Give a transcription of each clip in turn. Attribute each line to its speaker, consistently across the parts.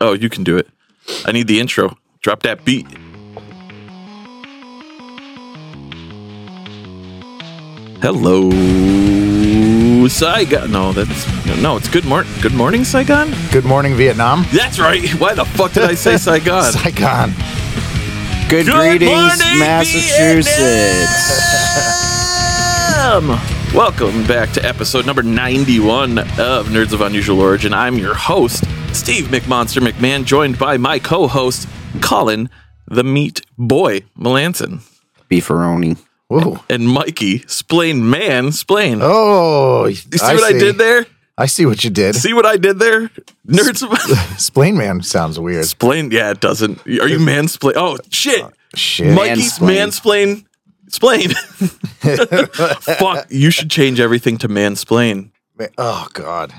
Speaker 1: Oh, you can do it. I need the intro. Drop that beat. Hello, Saigon. No, that's no. It's good morning. Good morning, Saigon.
Speaker 2: Good morning, Vietnam.
Speaker 1: That's right. Why the fuck did I say Saigon?
Speaker 2: Saigon.
Speaker 3: Good,
Speaker 1: Good
Speaker 3: greetings,
Speaker 1: morning,
Speaker 3: Massachusetts.
Speaker 1: Vietnam! Welcome back to episode number 91 of Nerds of Unusual Origin. I'm your host, Steve McMonster McMahon, joined by my co host, Colin the Meat Boy Melanson,
Speaker 3: Beefaroni.
Speaker 2: Whoa.
Speaker 1: and Mikey Splain Man Splain.
Speaker 2: Oh,
Speaker 1: you see what I did there?
Speaker 2: I see what you did.
Speaker 1: See what I did there? Nerds of
Speaker 2: Splain Man sounds weird.
Speaker 1: Splain. Yeah, it doesn't. Are you mansplain? Oh, shit.
Speaker 2: Shit.
Speaker 1: Mikey's mansplain. Splain. Fuck, you should change everything to mansplain.
Speaker 2: oh God,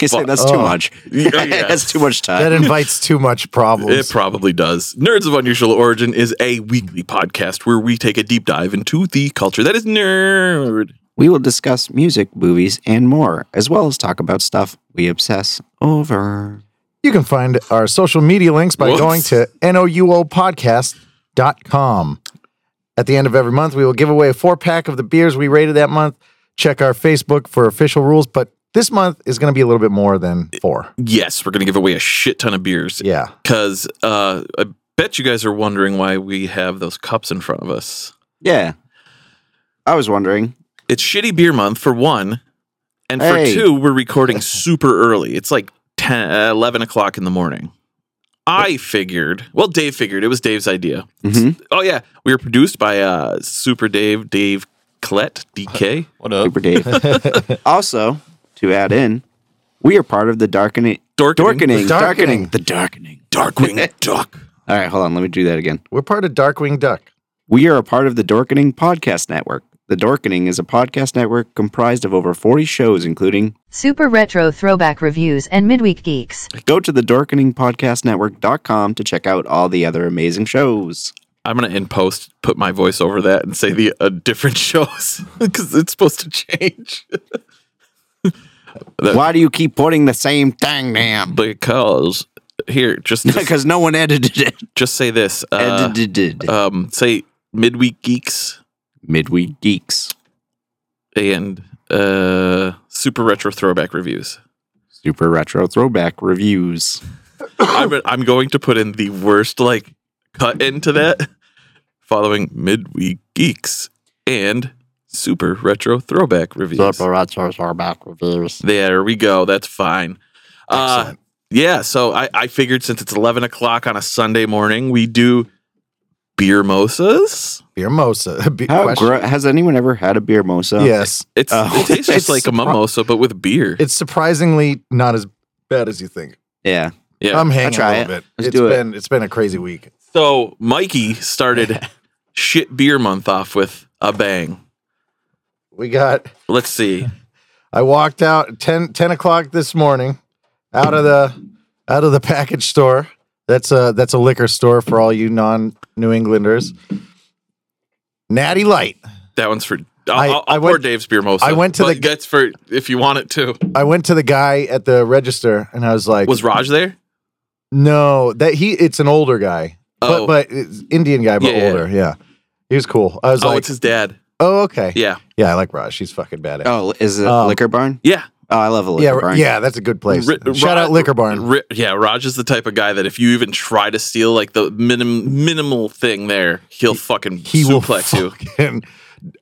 Speaker 3: You say that's too much.
Speaker 1: Yeah, yeah.
Speaker 3: that's too much
Speaker 2: Oh. that
Speaker 3: time.
Speaker 2: invites too much problems.
Speaker 1: It probably does. Nerds of Unusual Origin is a weekly podcast where we take a deep dive into the culture that is nerd.
Speaker 3: We will discuss music, movies, and more, as well as talk about stuff we obsess over.
Speaker 2: you can find our social media links by
Speaker 1: Whoops.
Speaker 2: going to nouopodcast.com. At the end of every month, we will give away a four pack of the beers we rated that month. Check our Facebook for official rules, but this month is going to be a little bit more than four.
Speaker 1: Yes, we're going to give away a shit ton of beers
Speaker 2: Yeah.
Speaker 1: because uh, I bet you guys are wondering why we have those cups in front of us.
Speaker 3: Yeah. I was wondering.
Speaker 1: It's shitty beer month for one. And for
Speaker 3: Hey.
Speaker 1: two, we're recording super early. It's like 10, uh, 11 o'clock in the morning. I figured, well, Dave figured it was Dave's idea.
Speaker 3: Mhm.
Speaker 1: Oh, yeah. We were produced by uh, Super Dave, Dave Klett, DK.
Speaker 4: What up?
Speaker 3: Super Dave. also, to add in, we are part of the darkening.
Speaker 1: Dorkening.
Speaker 3: Darkening. Darkening.
Speaker 2: Darkening.
Speaker 3: The darkening.
Speaker 1: Darkwing Duck.
Speaker 3: All right, hold on. Let me do that again.
Speaker 2: We're part of Darkwing Duck.
Speaker 3: We are a part of the Dorkening Podcast Network. The Dorkening is a podcast network comprised of over 40 shows, including
Speaker 5: Super Retro Throwback Reviews and Midweek Geeks.
Speaker 3: Go to the darkeningpodcastnetwork.com to check out all the other amazing shows.
Speaker 1: I'm going to in post put my voice over that and say the uh, different shows because it's supposed to change.
Speaker 3: Why do you keep putting the same thing down?
Speaker 1: because here, just just,
Speaker 3: Because no one edited it.
Speaker 1: just say this. Uh,
Speaker 3: edited.
Speaker 1: um, say midweek geeks
Speaker 3: Midweek Geeks.
Speaker 1: and uh, super retro throwback reviews.
Speaker 3: Super retro throwback reviews.
Speaker 1: I'm, I'm going to put in the worst like cut into that following midweek geeks and super retro throwback reviews.
Speaker 3: retro throwback reviews.
Speaker 1: There we go. That's fine. Uh,
Speaker 2: Excellent.
Speaker 1: yeah. So I, I figured since it's 11 o'clock on a Sunday morning, we do beer mosas.
Speaker 2: Beer mosa. Be-
Speaker 3: How
Speaker 2: question.
Speaker 3: gro- has anyone ever had a beer mosa?
Speaker 2: Yes.
Speaker 1: It's,
Speaker 3: Oh.
Speaker 1: it tastes just
Speaker 3: It's
Speaker 1: like a
Speaker 3: surpri-
Speaker 1: mimosa, but with beer.
Speaker 2: It's surprisingly not as bad as you think.
Speaker 3: Yeah.
Speaker 1: yeah.
Speaker 2: I'm hanging a
Speaker 3: try
Speaker 2: little
Speaker 3: it.
Speaker 2: bit.
Speaker 3: Let's
Speaker 2: it's
Speaker 3: do it.
Speaker 2: been it's been a crazy week.
Speaker 1: So Mikey started shit beer month off with a bang.
Speaker 2: We got
Speaker 1: Let's see.
Speaker 2: I walked out 10, 10 o'clock this morning out of the out of the package store. That's a that's a liquor store for all you non New Englanders. Natty Light.
Speaker 1: That one's for. I'll,
Speaker 2: I-
Speaker 1: I, will
Speaker 2: I
Speaker 1: pour
Speaker 2: went-
Speaker 1: Dave's beer mimosa.
Speaker 2: I went to
Speaker 1: but
Speaker 2: the-
Speaker 1: That's for if you want it to.
Speaker 2: I went to the guy at the register and I was like,
Speaker 1: Was Raj there?
Speaker 2: "No, that he it's an older guy,
Speaker 1: Oh,
Speaker 2: but but it's Indian guy, but
Speaker 1: Yeah, yeah,
Speaker 2: older. Yeah. he was cool. I was
Speaker 1: oh,
Speaker 2: like,
Speaker 1: it's his dad.
Speaker 2: "Oh, okay, yeah.
Speaker 1: Yeah,
Speaker 2: I like Raj. She's fucking badass.
Speaker 3: Oh, is it
Speaker 2: Um,
Speaker 3: Liquor Barn?
Speaker 1: yeah.
Speaker 3: Oh, I love a Liquor
Speaker 2: yeah,
Speaker 3: Barn.
Speaker 2: yeah, that's a good place.
Speaker 1: Ri-
Speaker 2: Shout
Speaker 1: Ra-
Speaker 2: out Liquor Barn.
Speaker 1: Ri- yeah, Raj is the type of guy that if you even try to steal like the minim- minimal thing there, he'll fucking
Speaker 2: he will
Speaker 1: suplex you.
Speaker 2: fucking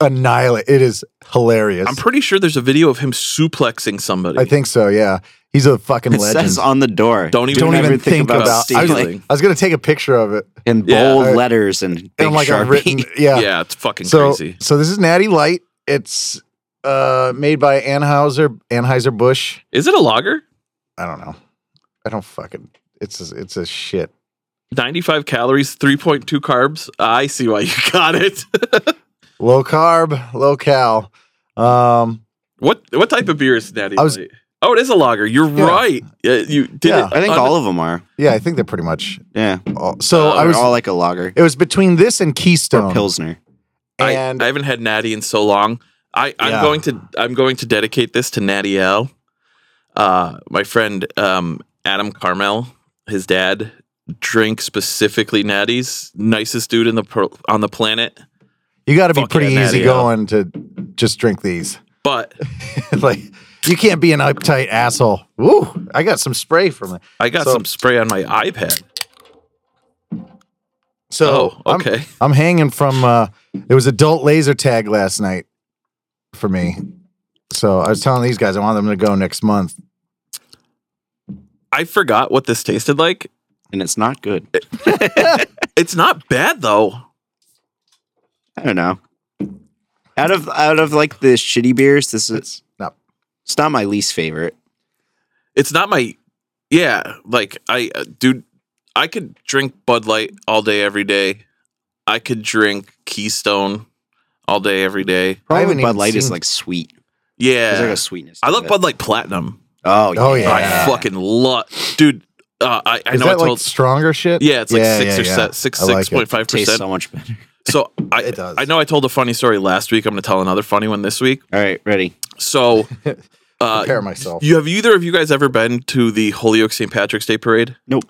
Speaker 2: annihilate. It is hilarious.
Speaker 1: I'm pretty sure there's a video of him suplexing somebody.
Speaker 2: I think so. Yeah, he's a fucking
Speaker 3: It
Speaker 2: legend.
Speaker 3: says on the door.
Speaker 1: Don't even-
Speaker 2: Don't
Speaker 3: ever
Speaker 2: even think about. I, was,
Speaker 1: stealing.
Speaker 2: I was gonna take a picture of it
Speaker 3: in
Speaker 1: Yeah.
Speaker 3: bold
Speaker 2: Uh,
Speaker 3: letters and big
Speaker 2: and like
Speaker 3: sharpie.
Speaker 2: a written. Yeah.
Speaker 1: yeah, it's fucking
Speaker 2: so
Speaker 1: crazy.
Speaker 2: so this is Natty Light. It's uh made by Anheuser Anheuser Busch.
Speaker 1: Is it a lager?
Speaker 2: I don't know. I don't fucking. It's a, it's a shit.
Speaker 1: 95 calories, 3.2 carbs. I see why you got it.
Speaker 2: Low carb, low cal. Um,
Speaker 1: what what type of beer is Natty
Speaker 2: I was-
Speaker 1: Light? Oh, it is a lager. You're
Speaker 2: Yeah.
Speaker 1: right. Yeah, you did
Speaker 2: Yeah.
Speaker 1: it. Um,
Speaker 3: I think
Speaker 1: on-
Speaker 3: all of them are.
Speaker 2: yeah, I think they're pretty much.
Speaker 3: Yeah.
Speaker 2: All, so
Speaker 1: Uh,
Speaker 2: I
Speaker 3: They're
Speaker 2: was.
Speaker 3: all like a lager
Speaker 2: it was between this and Keystone.
Speaker 3: or Pilsner.
Speaker 1: I,
Speaker 2: and
Speaker 1: I haven't had Natty in so long. I, I'm
Speaker 2: Yeah.
Speaker 1: going to I'm going to dedicate this to Natty L. Uh, my friend um, Adam Carmel his dad drank specifically natties. Nicest dude in the pro- on the planet.
Speaker 2: You got to be
Speaker 1: Fuck
Speaker 2: pretty
Speaker 1: yeah, Natty,
Speaker 2: easy going to just drink these.
Speaker 1: But
Speaker 2: like you can't be an uptight asshole. Ooh, I got some spray from it.
Speaker 1: I got
Speaker 2: So-
Speaker 1: some spray on my iPad.
Speaker 2: So
Speaker 1: oh,
Speaker 2: I'm-
Speaker 1: okay.
Speaker 2: I'm, hanging from uh it was adult laser tag last night for me. So I was telling these guys I want them to go next month.
Speaker 1: I forgot what this tasted like.
Speaker 3: and it's not good.
Speaker 1: It's not bad though.
Speaker 3: I don't know. Out of out of like the shitty beers, this is
Speaker 2: not-
Speaker 3: It's not my least favorite.
Speaker 1: It's not my yeah, like I uh, dude I could drink Bud Light all day every day. I could drink Keystone all day every day.
Speaker 2: I
Speaker 3: Probably
Speaker 2: haven't
Speaker 3: Bud
Speaker 2: even
Speaker 3: Light is
Speaker 2: seen-
Speaker 3: like sweet. There's like
Speaker 1: Yeah.
Speaker 3: a sweetness.
Speaker 1: I
Speaker 3: to
Speaker 1: love
Speaker 3: it.
Speaker 1: Bud Light Platinum.
Speaker 3: Oh yeah.
Speaker 2: Oh, yeah.
Speaker 1: I fucking love dude uh, I, I
Speaker 2: Is
Speaker 1: know I
Speaker 2: that
Speaker 1: told
Speaker 2: like stronger shit?
Speaker 1: yeah, it's like
Speaker 2: Yeah,
Speaker 1: six
Speaker 2: yeah,
Speaker 1: or
Speaker 2: yeah.
Speaker 1: se- six
Speaker 2: I like it.
Speaker 1: six point five
Speaker 3: tastes
Speaker 1: percent.
Speaker 3: so much better.
Speaker 1: So I
Speaker 2: It does.
Speaker 1: I know I told a funny story last week. I'm going to tell another funny one this week.
Speaker 3: All right, ready.
Speaker 1: So uh,
Speaker 2: Prepare myself.
Speaker 1: You have either of you guys ever been to the Holyoke St. Patrick's Day parade?
Speaker 3: Nope.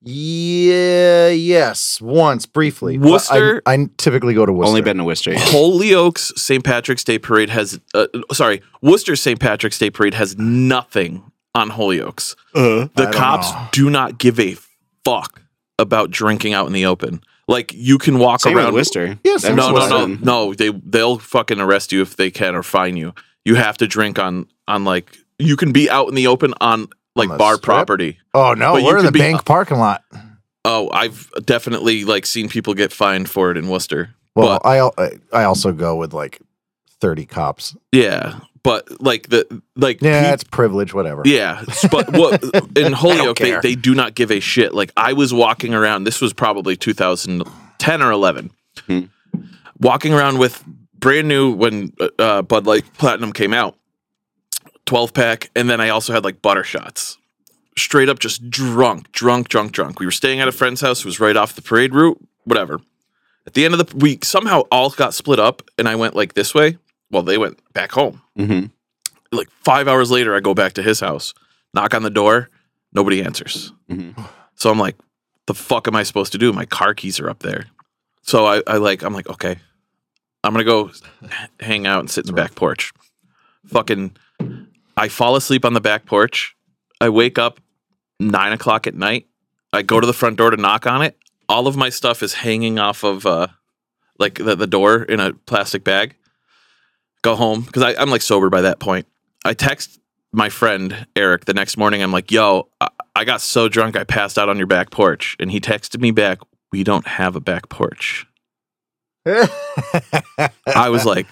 Speaker 2: Yeah, yes, once briefly. But I-
Speaker 1: Worcester-
Speaker 2: I, typically go to Worcester.
Speaker 3: Only been to Worcester. yeah.
Speaker 1: Holyoke's St. Patrick's Day parade has, uh, sorry, Worcester's St. Patrick's Day parade has nothing on Holyoke's.
Speaker 2: Uh, I
Speaker 1: The
Speaker 2: don't
Speaker 1: cops
Speaker 2: know.
Speaker 1: do not give a fuck about drinking out in the open. Like you can walk
Speaker 3: Same with
Speaker 1: around.
Speaker 3: Worcester.
Speaker 2: Yeah, same
Speaker 1: No,
Speaker 2: with
Speaker 1: no, no,
Speaker 3: Worcester.
Speaker 1: no. They they'll fucking arrest you if they can or fine you. You have to drink on on like you can be out in the open on like
Speaker 2: the
Speaker 1: bar
Speaker 2: strip?
Speaker 1: property.
Speaker 2: Oh no,
Speaker 1: But you
Speaker 2: we're in
Speaker 1: could
Speaker 2: the
Speaker 1: be-
Speaker 2: bank parking lot.
Speaker 1: Oh, I've definitely like seen people get fined for it in Worcester.
Speaker 2: Well,
Speaker 1: but
Speaker 2: I al- I I also go with like thirty cops.
Speaker 1: yeah, but like the like
Speaker 2: Yeah,
Speaker 1: peop-
Speaker 2: it's privilege, whatever.
Speaker 1: yeah. s- But what in Holyoke they,
Speaker 2: care.
Speaker 1: they do not give a shit. Like I was walking around. This was probably 2010 or 11.
Speaker 3: Hmm.
Speaker 1: Walking around with brand new when uh, uh, Bud Light Platinum came out, 12 pack, and then I also had like butter shots. Straight up, just drunk, drunk, drunk, drunk. We were staying at a friend's house who was right off the parade route. Whatever. At the end of the week, somehow all got split up, and I went like this way. Well, they went back home
Speaker 3: Mhm.
Speaker 1: like five hours later, I go back to his house, knock on the door, nobody answers.
Speaker 3: Mhm.
Speaker 1: So I'm like, the fuck am I supposed to do? My car keys are up there. So I, I like, I'm like, okay, I'm gonna go h- hang out and sit in the back porch. Fucking, I fall asleep on the back porch. I wake up nine o'clock at night. I go to the front door to knock on it. All of my stuff is hanging off of uh, like the, the door in a plastic bag. Go home because I'm like sober by that point. I text my friend Eric the next morning. I'm like, yo, I, I got so drunk I passed out on your back porch. And he texted me back, we don't have a back porch. I was like,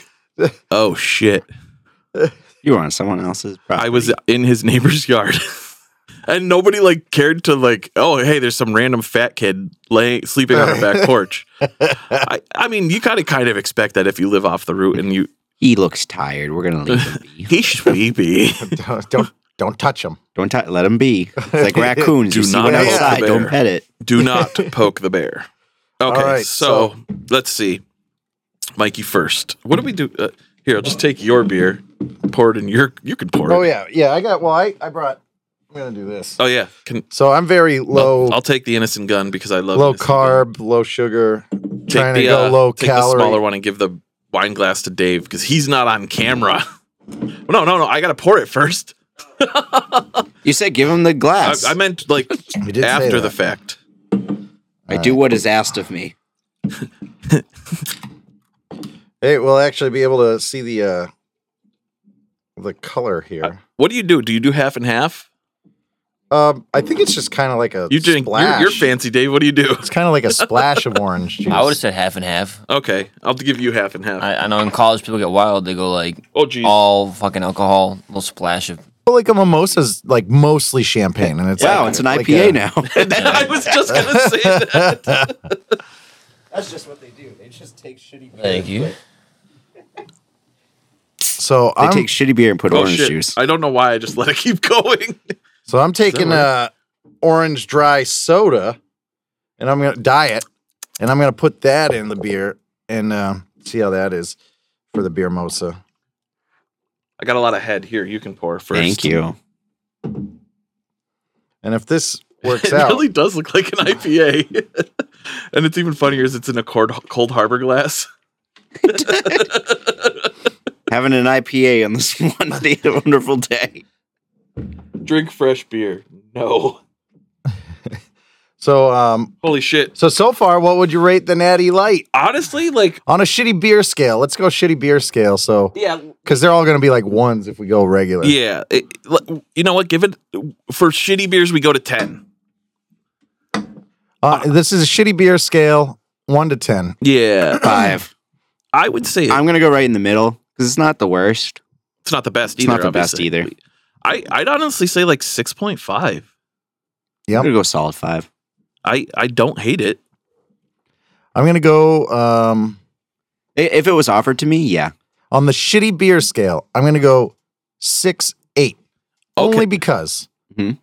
Speaker 1: oh shit.
Speaker 3: You were on someone else's. Property.
Speaker 1: I was in his neighbor's yard. and nobody like cared to like, oh hey, there's some random fat kid laying sleeping on our back porch. I, I mean, you gotta kind of expect that if you live off the route and you
Speaker 3: He looks tired. We're gonna leave him be.
Speaker 1: he's sleepy.
Speaker 2: don't, don't don't touch them.
Speaker 3: Don't ti- let him be. It's like raccoons.
Speaker 1: Do
Speaker 3: you see
Speaker 1: not
Speaker 3: one
Speaker 2: poke the
Speaker 3: outside. Don't
Speaker 1: bear.
Speaker 3: pet it.
Speaker 1: Do not poke the bear. Okay,
Speaker 2: right,
Speaker 1: so, let's see. Mikey first. What do we do? Uh, here, I'll just take your beer, pour it in your. You can pour it.
Speaker 2: Oh yeah, yeah. I got. Well, I I brought. I'm gonna do this.
Speaker 1: Oh yeah. Can,
Speaker 2: So I'm very low
Speaker 1: I'll, I'll take the innocent gun because I love
Speaker 2: low
Speaker 1: Innocent Gun.
Speaker 2: carb, low sugar.
Speaker 1: Take
Speaker 2: trying to
Speaker 1: the,
Speaker 2: go
Speaker 1: uh,
Speaker 2: low
Speaker 1: take the smaller
Speaker 2: calorie.
Speaker 1: one and give the wine glass to Dave because he's not on camera. no, no, no. I gotta pour it first.
Speaker 3: You said give him the
Speaker 1: I,
Speaker 3: glass.
Speaker 1: I meant like
Speaker 2: You did say
Speaker 1: after the
Speaker 2: that.
Speaker 1: fact.
Speaker 3: I do what is asked of me.
Speaker 2: Hey, we'll actually be able to see the uh the color here.
Speaker 1: What do you do? Do you do half and half?
Speaker 2: Um, I think it's just kind of like a
Speaker 1: You drink. You're,
Speaker 2: splash.
Speaker 1: you're fancy, Dave. What do you do?
Speaker 2: It's kind of like a splash of orange juice.
Speaker 4: I would have said half and half.
Speaker 1: Okay, I'll give you half and half.
Speaker 4: I, I know in college people get wild. They go like
Speaker 1: oh geez.
Speaker 4: all fucking alcohol, little splash of.
Speaker 2: Well, like a mimosa's like mostly champagne, and it's
Speaker 3: Wow,
Speaker 2: like-
Speaker 3: it's an
Speaker 2: like
Speaker 3: IPA
Speaker 2: a-
Speaker 3: now.
Speaker 1: I was just gonna say that.
Speaker 3: That's just what they do. They just take shitty.
Speaker 4: Thank you.
Speaker 2: So
Speaker 3: They
Speaker 2: I'm
Speaker 3: take shitty beer and put
Speaker 1: Oh
Speaker 3: orange
Speaker 1: shit!
Speaker 3: juice.
Speaker 1: I don't know why I just let it keep going.
Speaker 2: so I'm taking uh orange dry soda, and I'm gonna diet, and I'm gonna put that in the beer and uh, see how that is for the beer mosa.
Speaker 1: I got a lot of head here. You can pour first.
Speaker 3: Thank you.
Speaker 2: And if this works
Speaker 1: It
Speaker 2: out.
Speaker 1: really does look like an IPA. and it's even funnier is it's in a cold, cold harbor glass.
Speaker 3: Having an IPA on this one day, a wonderful day.
Speaker 1: Drink fresh beer. No.
Speaker 2: So um
Speaker 1: Holy shit.
Speaker 2: so so far, what would you rate the Natty Light
Speaker 1: Honestly, like,
Speaker 2: on a shitty beer scale? Let's go shitty beer scale. So
Speaker 1: yeah,
Speaker 2: because they're all gonna be like ones if we go regular.
Speaker 1: yeah. it- l- you know what? Give it for shitty beers. We go to ten.
Speaker 2: Uh, this is a shitty beer scale, one to ten.
Speaker 1: Yeah,
Speaker 3: Five.
Speaker 1: I would say
Speaker 3: I'm gonna go right in the middle because it's not the worst.
Speaker 1: it's not the best.
Speaker 3: It's
Speaker 1: either,
Speaker 3: not the best
Speaker 1: obviously.
Speaker 3: either.
Speaker 1: I I'd honestly say like six point five.
Speaker 2: Yep.
Speaker 3: I'm gonna go solid five.
Speaker 1: I I don't hate it.
Speaker 2: I'm gonna go um
Speaker 3: I- If it was offered to me, yeah.
Speaker 2: on the shitty beer scale. I'm gonna go six eight. Only
Speaker 1: Okay. Mm-hmm.
Speaker 2: because
Speaker 3: Mhm.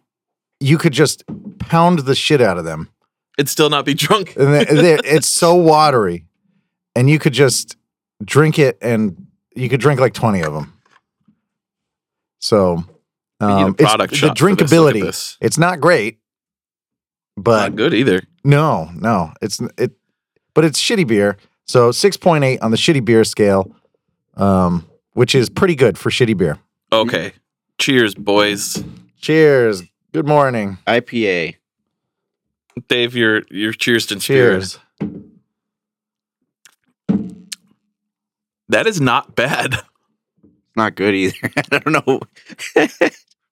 Speaker 2: you could just pound the shit out of them.
Speaker 1: It'd still not be drunk.
Speaker 2: and they- they- it's so watery, and you could just drink it, and you could drink like twenty of them. So,
Speaker 1: We need a
Speaker 2: um, it's-
Speaker 1: product
Speaker 2: the
Speaker 1: shot for this. Look at
Speaker 2: drinkability,
Speaker 1: this.
Speaker 2: it's not great, but
Speaker 1: not good either.
Speaker 2: no, no, it's n- it, but it's shitty beer. So six point eight on the shitty beer scale, um, which is pretty good for shitty beer.
Speaker 1: Okay. Cheers, boys.
Speaker 2: Cheers. Good morning.
Speaker 3: IPA.
Speaker 1: Dave, you're you're cheers to
Speaker 2: Cheers.
Speaker 1: cheers. That is not bad.
Speaker 3: Not good either. I don't know.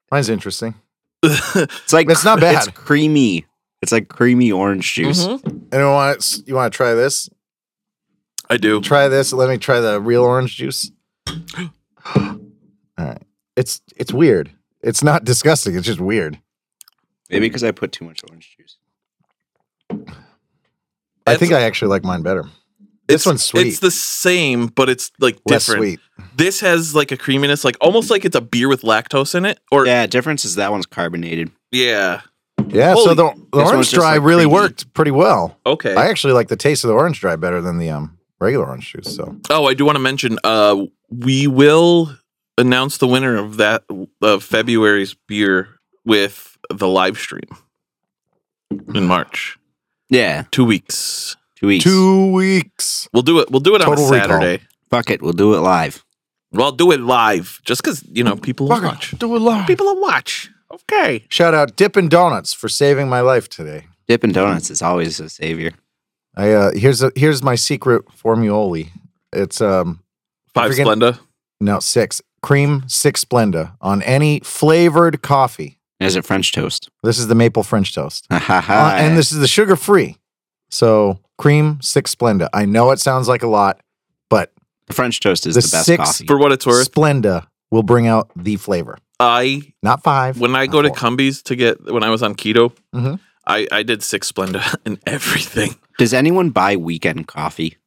Speaker 2: Mine's interesting.
Speaker 3: It's like
Speaker 2: It's not bad.
Speaker 3: It's creamy. It's like creamy orange juice.
Speaker 4: Mm-hmm.
Speaker 1: Mhm.
Speaker 2: Anyone want to, you want to try this?
Speaker 1: I do.
Speaker 2: try this. Let me try the real orange juice. All right. It's it's weird. It's not disgusting. It's just weird.
Speaker 3: Maybe because I put too much orange juice.
Speaker 2: I
Speaker 1: It's-
Speaker 2: think I actually like mine better. This
Speaker 1: It's-
Speaker 2: one's sweet.
Speaker 1: It's the same, but it's like
Speaker 2: Less
Speaker 1: different.
Speaker 2: sweet.
Speaker 1: This has like a creaminess, like almost like it's a beer with lactose in it. Or yeah,
Speaker 3: Yeah, difference is that one's carbonated.
Speaker 2: Yeah, so
Speaker 1: Holy-
Speaker 2: the, the
Speaker 3: This
Speaker 2: orange
Speaker 3: one's just,
Speaker 2: dry
Speaker 3: like,
Speaker 2: really
Speaker 3: creamy.
Speaker 2: worked pretty well.
Speaker 1: okay.
Speaker 2: I actually like the taste of the orange dry better than the um regular orange juice. So
Speaker 1: oh, I do want to mention. Uh, we will announce the winner of that of February's beer with the live stream
Speaker 2: Mm-hmm.
Speaker 1: in March.
Speaker 3: Yeah,
Speaker 1: Two weeks.
Speaker 3: two weeks.
Speaker 2: two weeks.
Speaker 1: We'll do it. We'll do it
Speaker 2: Total
Speaker 1: on a
Speaker 2: recall.
Speaker 1: Saturday.
Speaker 3: Fuck it, we'll do it live.
Speaker 1: Well, do it live, just because you know people will
Speaker 2: Fuck it,
Speaker 1: watch.
Speaker 2: Do it live.
Speaker 1: People will watch. Okay.
Speaker 2: Shout out Dippin' Donuts for saving my life today.
Speaker 3: Dippin' Donuts is always a savior.
Speaker 2: I uh here's a here's my secret formuli. It's um
Speaker 1: Five
Speaker 2: Freaking-
Speaker 1: Splenda.
Speaker 2: No, six. Cream six Splenda on any flavored coffee.
Speaker 3: Is it French toast?
Speaker 2: This is the maple French toast.
Speaker 3: Ha ha
Speaker 2: Uh,
Speaker 3: ha.
Speaker 2: and this is the sugar free. So cream six Splenda. I know it sounds like a lot, but
Speaker 3: French toast is
Speaker 2: the
Speaker 3: the, best
Speaker 2: six-
Speaker 3: coffee.
Speaker 1: For what it's worth,
Speaker 2: Splenda will bring out the flavor.
Speaker 1: I
Speaker 2: Not five.
Speaker 1: when I
Speaker 2: not
Speaker 1: go to
Speaker 2: four.
Speaker 1: Cumbies to get when I was on keto,
Speaker 2: Mhm.
Speaker 1: I I did six Splenda and everything.
Speaker 3: Does anyone buy weekend coffee?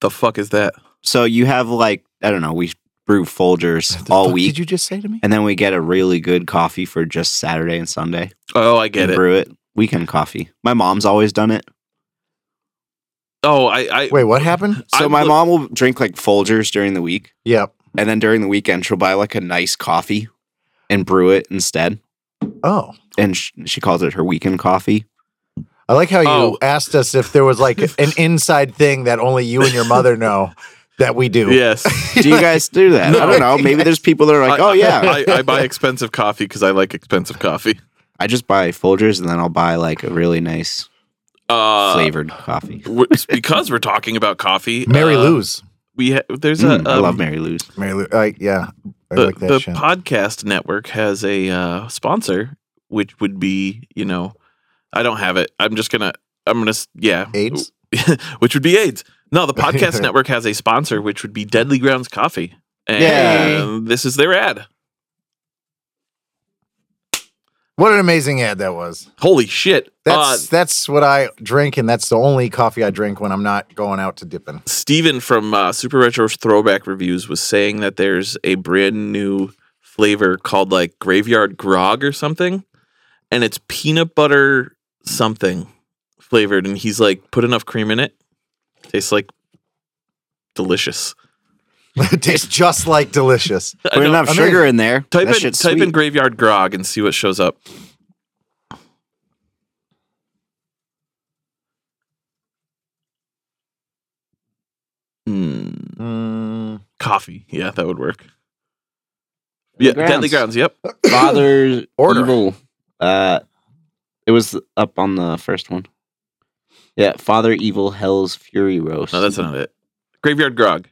Speaker 1: The fuck is that?
Speaker 3: So you have like I don't know. We brew
Speaker 2: What
Speaker 3: Folgers
Speaker 2: the
Speaker 3: all
Speaker 2: fuck
Speaker 3: week,
Speaker 2: Did you just say to me?
Speaker 3: and then we get a really good coffee for just Saturday and Sunday.
Speaker 1: Oh, I get
Speaker 3: and
Speaker 1: it.
Speaker 3: brew it weekend coffee. My mom's always done it.
Speaker 1: Oh, I I
Speaker 2: Wait, what happened?
Speaker 3: So
Speaker 1: I
Speaker 3: my
Speaker 1: look-
Speaker 3: mom will drink like Folgers during the week,
Speaker 2: Yep.
Speaker 3: and then during the weekend she'll buy like a nice coffee and brew it instead.
Speaker 2: Oh.
Speaker 3: And sh- she calls it her weekend coffee.
Speaker 2: I like how you
Speaker 1: Oh.
Speaker 2: asked us if there was like an inside thing that only you and your mother know that we do.
Speaker 1: yes.
Speaker 3: Do you guys do that? I don't know. Maybe there's people that are like,
Speaker 1: I-
Speaker 3: oh yeah,
Speaker 1: I, I buy expensive coffee because I like expensive coffee.
Speaker 3: I just buy Folgers and then I'll buy like a really nice
Speaker 1: Uh,
Speaker 3: flavored coffee.
Speaker 1: we're- because we're talking about coffee.
Speaker 2: Mary
Speaker 1: uh,
Speaker 2: Lou's.
Speaker 1: We ha- there's
Speaker 3: Mm,
Speaker 1: a
Speaker 3: I
Speaker 1: um,
Speaker 3: love Mary Lou's.
Speaker 2: Mary Lou. I, yeah. I
Speaker 1: the,
Speaker 2: like that
Speaker 1: the
Speaker 2: shit.
Speaker 1: podcast network has a uh, sponsor, which would be, you know, I don't have it. I'm just gonna, I'm gonna, s- yeah,
Speaker 2: AIDS?
Speaker 1: which would be AIDS. No, the podcast network has a sponsor, which would be Deadly Grounds Coffee, and
Speaker 3: Yay.
Speaker 1: this is their ad.
Speaker 2: What an amazing ad that was.
Speaker 1: Holy shit!
Speaker 2: That's
Speaker 1: uh,
Speaker 2: that's what I drink, and that's the only coffee I drink when I'm not going out to dipping.
Speaker 1: Steven from uh, Super Retro's Throwback Reviews was saying that there's a brand new flavor called like Graveyard Grog or something, and it's peanut butter something flavored, and he's like, put enough cream in it, tastes like delicious.
Speaker 2: it tastes just like delicious.
Speaker 1: I
Speaker 3: Put
Speaker 1: don't-
Speaker 3: enough
Speaker 2: amazing.
Speaker 3: sugar in there.
Speaker 1: Type
Speaker 3: that
Speaker 1: in
Speaker 3: shit's
Speaker 1: type in
Speaker 3: sweet.
Speaker 1: Graveyard Grog and see what shows up. Hmm.
Speaker 2: Mm,
Speaker 1: Coffee. Yeah, that would work. Yeah, Deadly Grounds. Yep.
Speaker 3: Father
Speaker 2: Order.
Speaker 3: Evil. Uh, it was up on the first one. Yeah, Father Evil Hell's Fury Roast.
Speaker 1: No, Oh, that's not it. Graveyard Grog.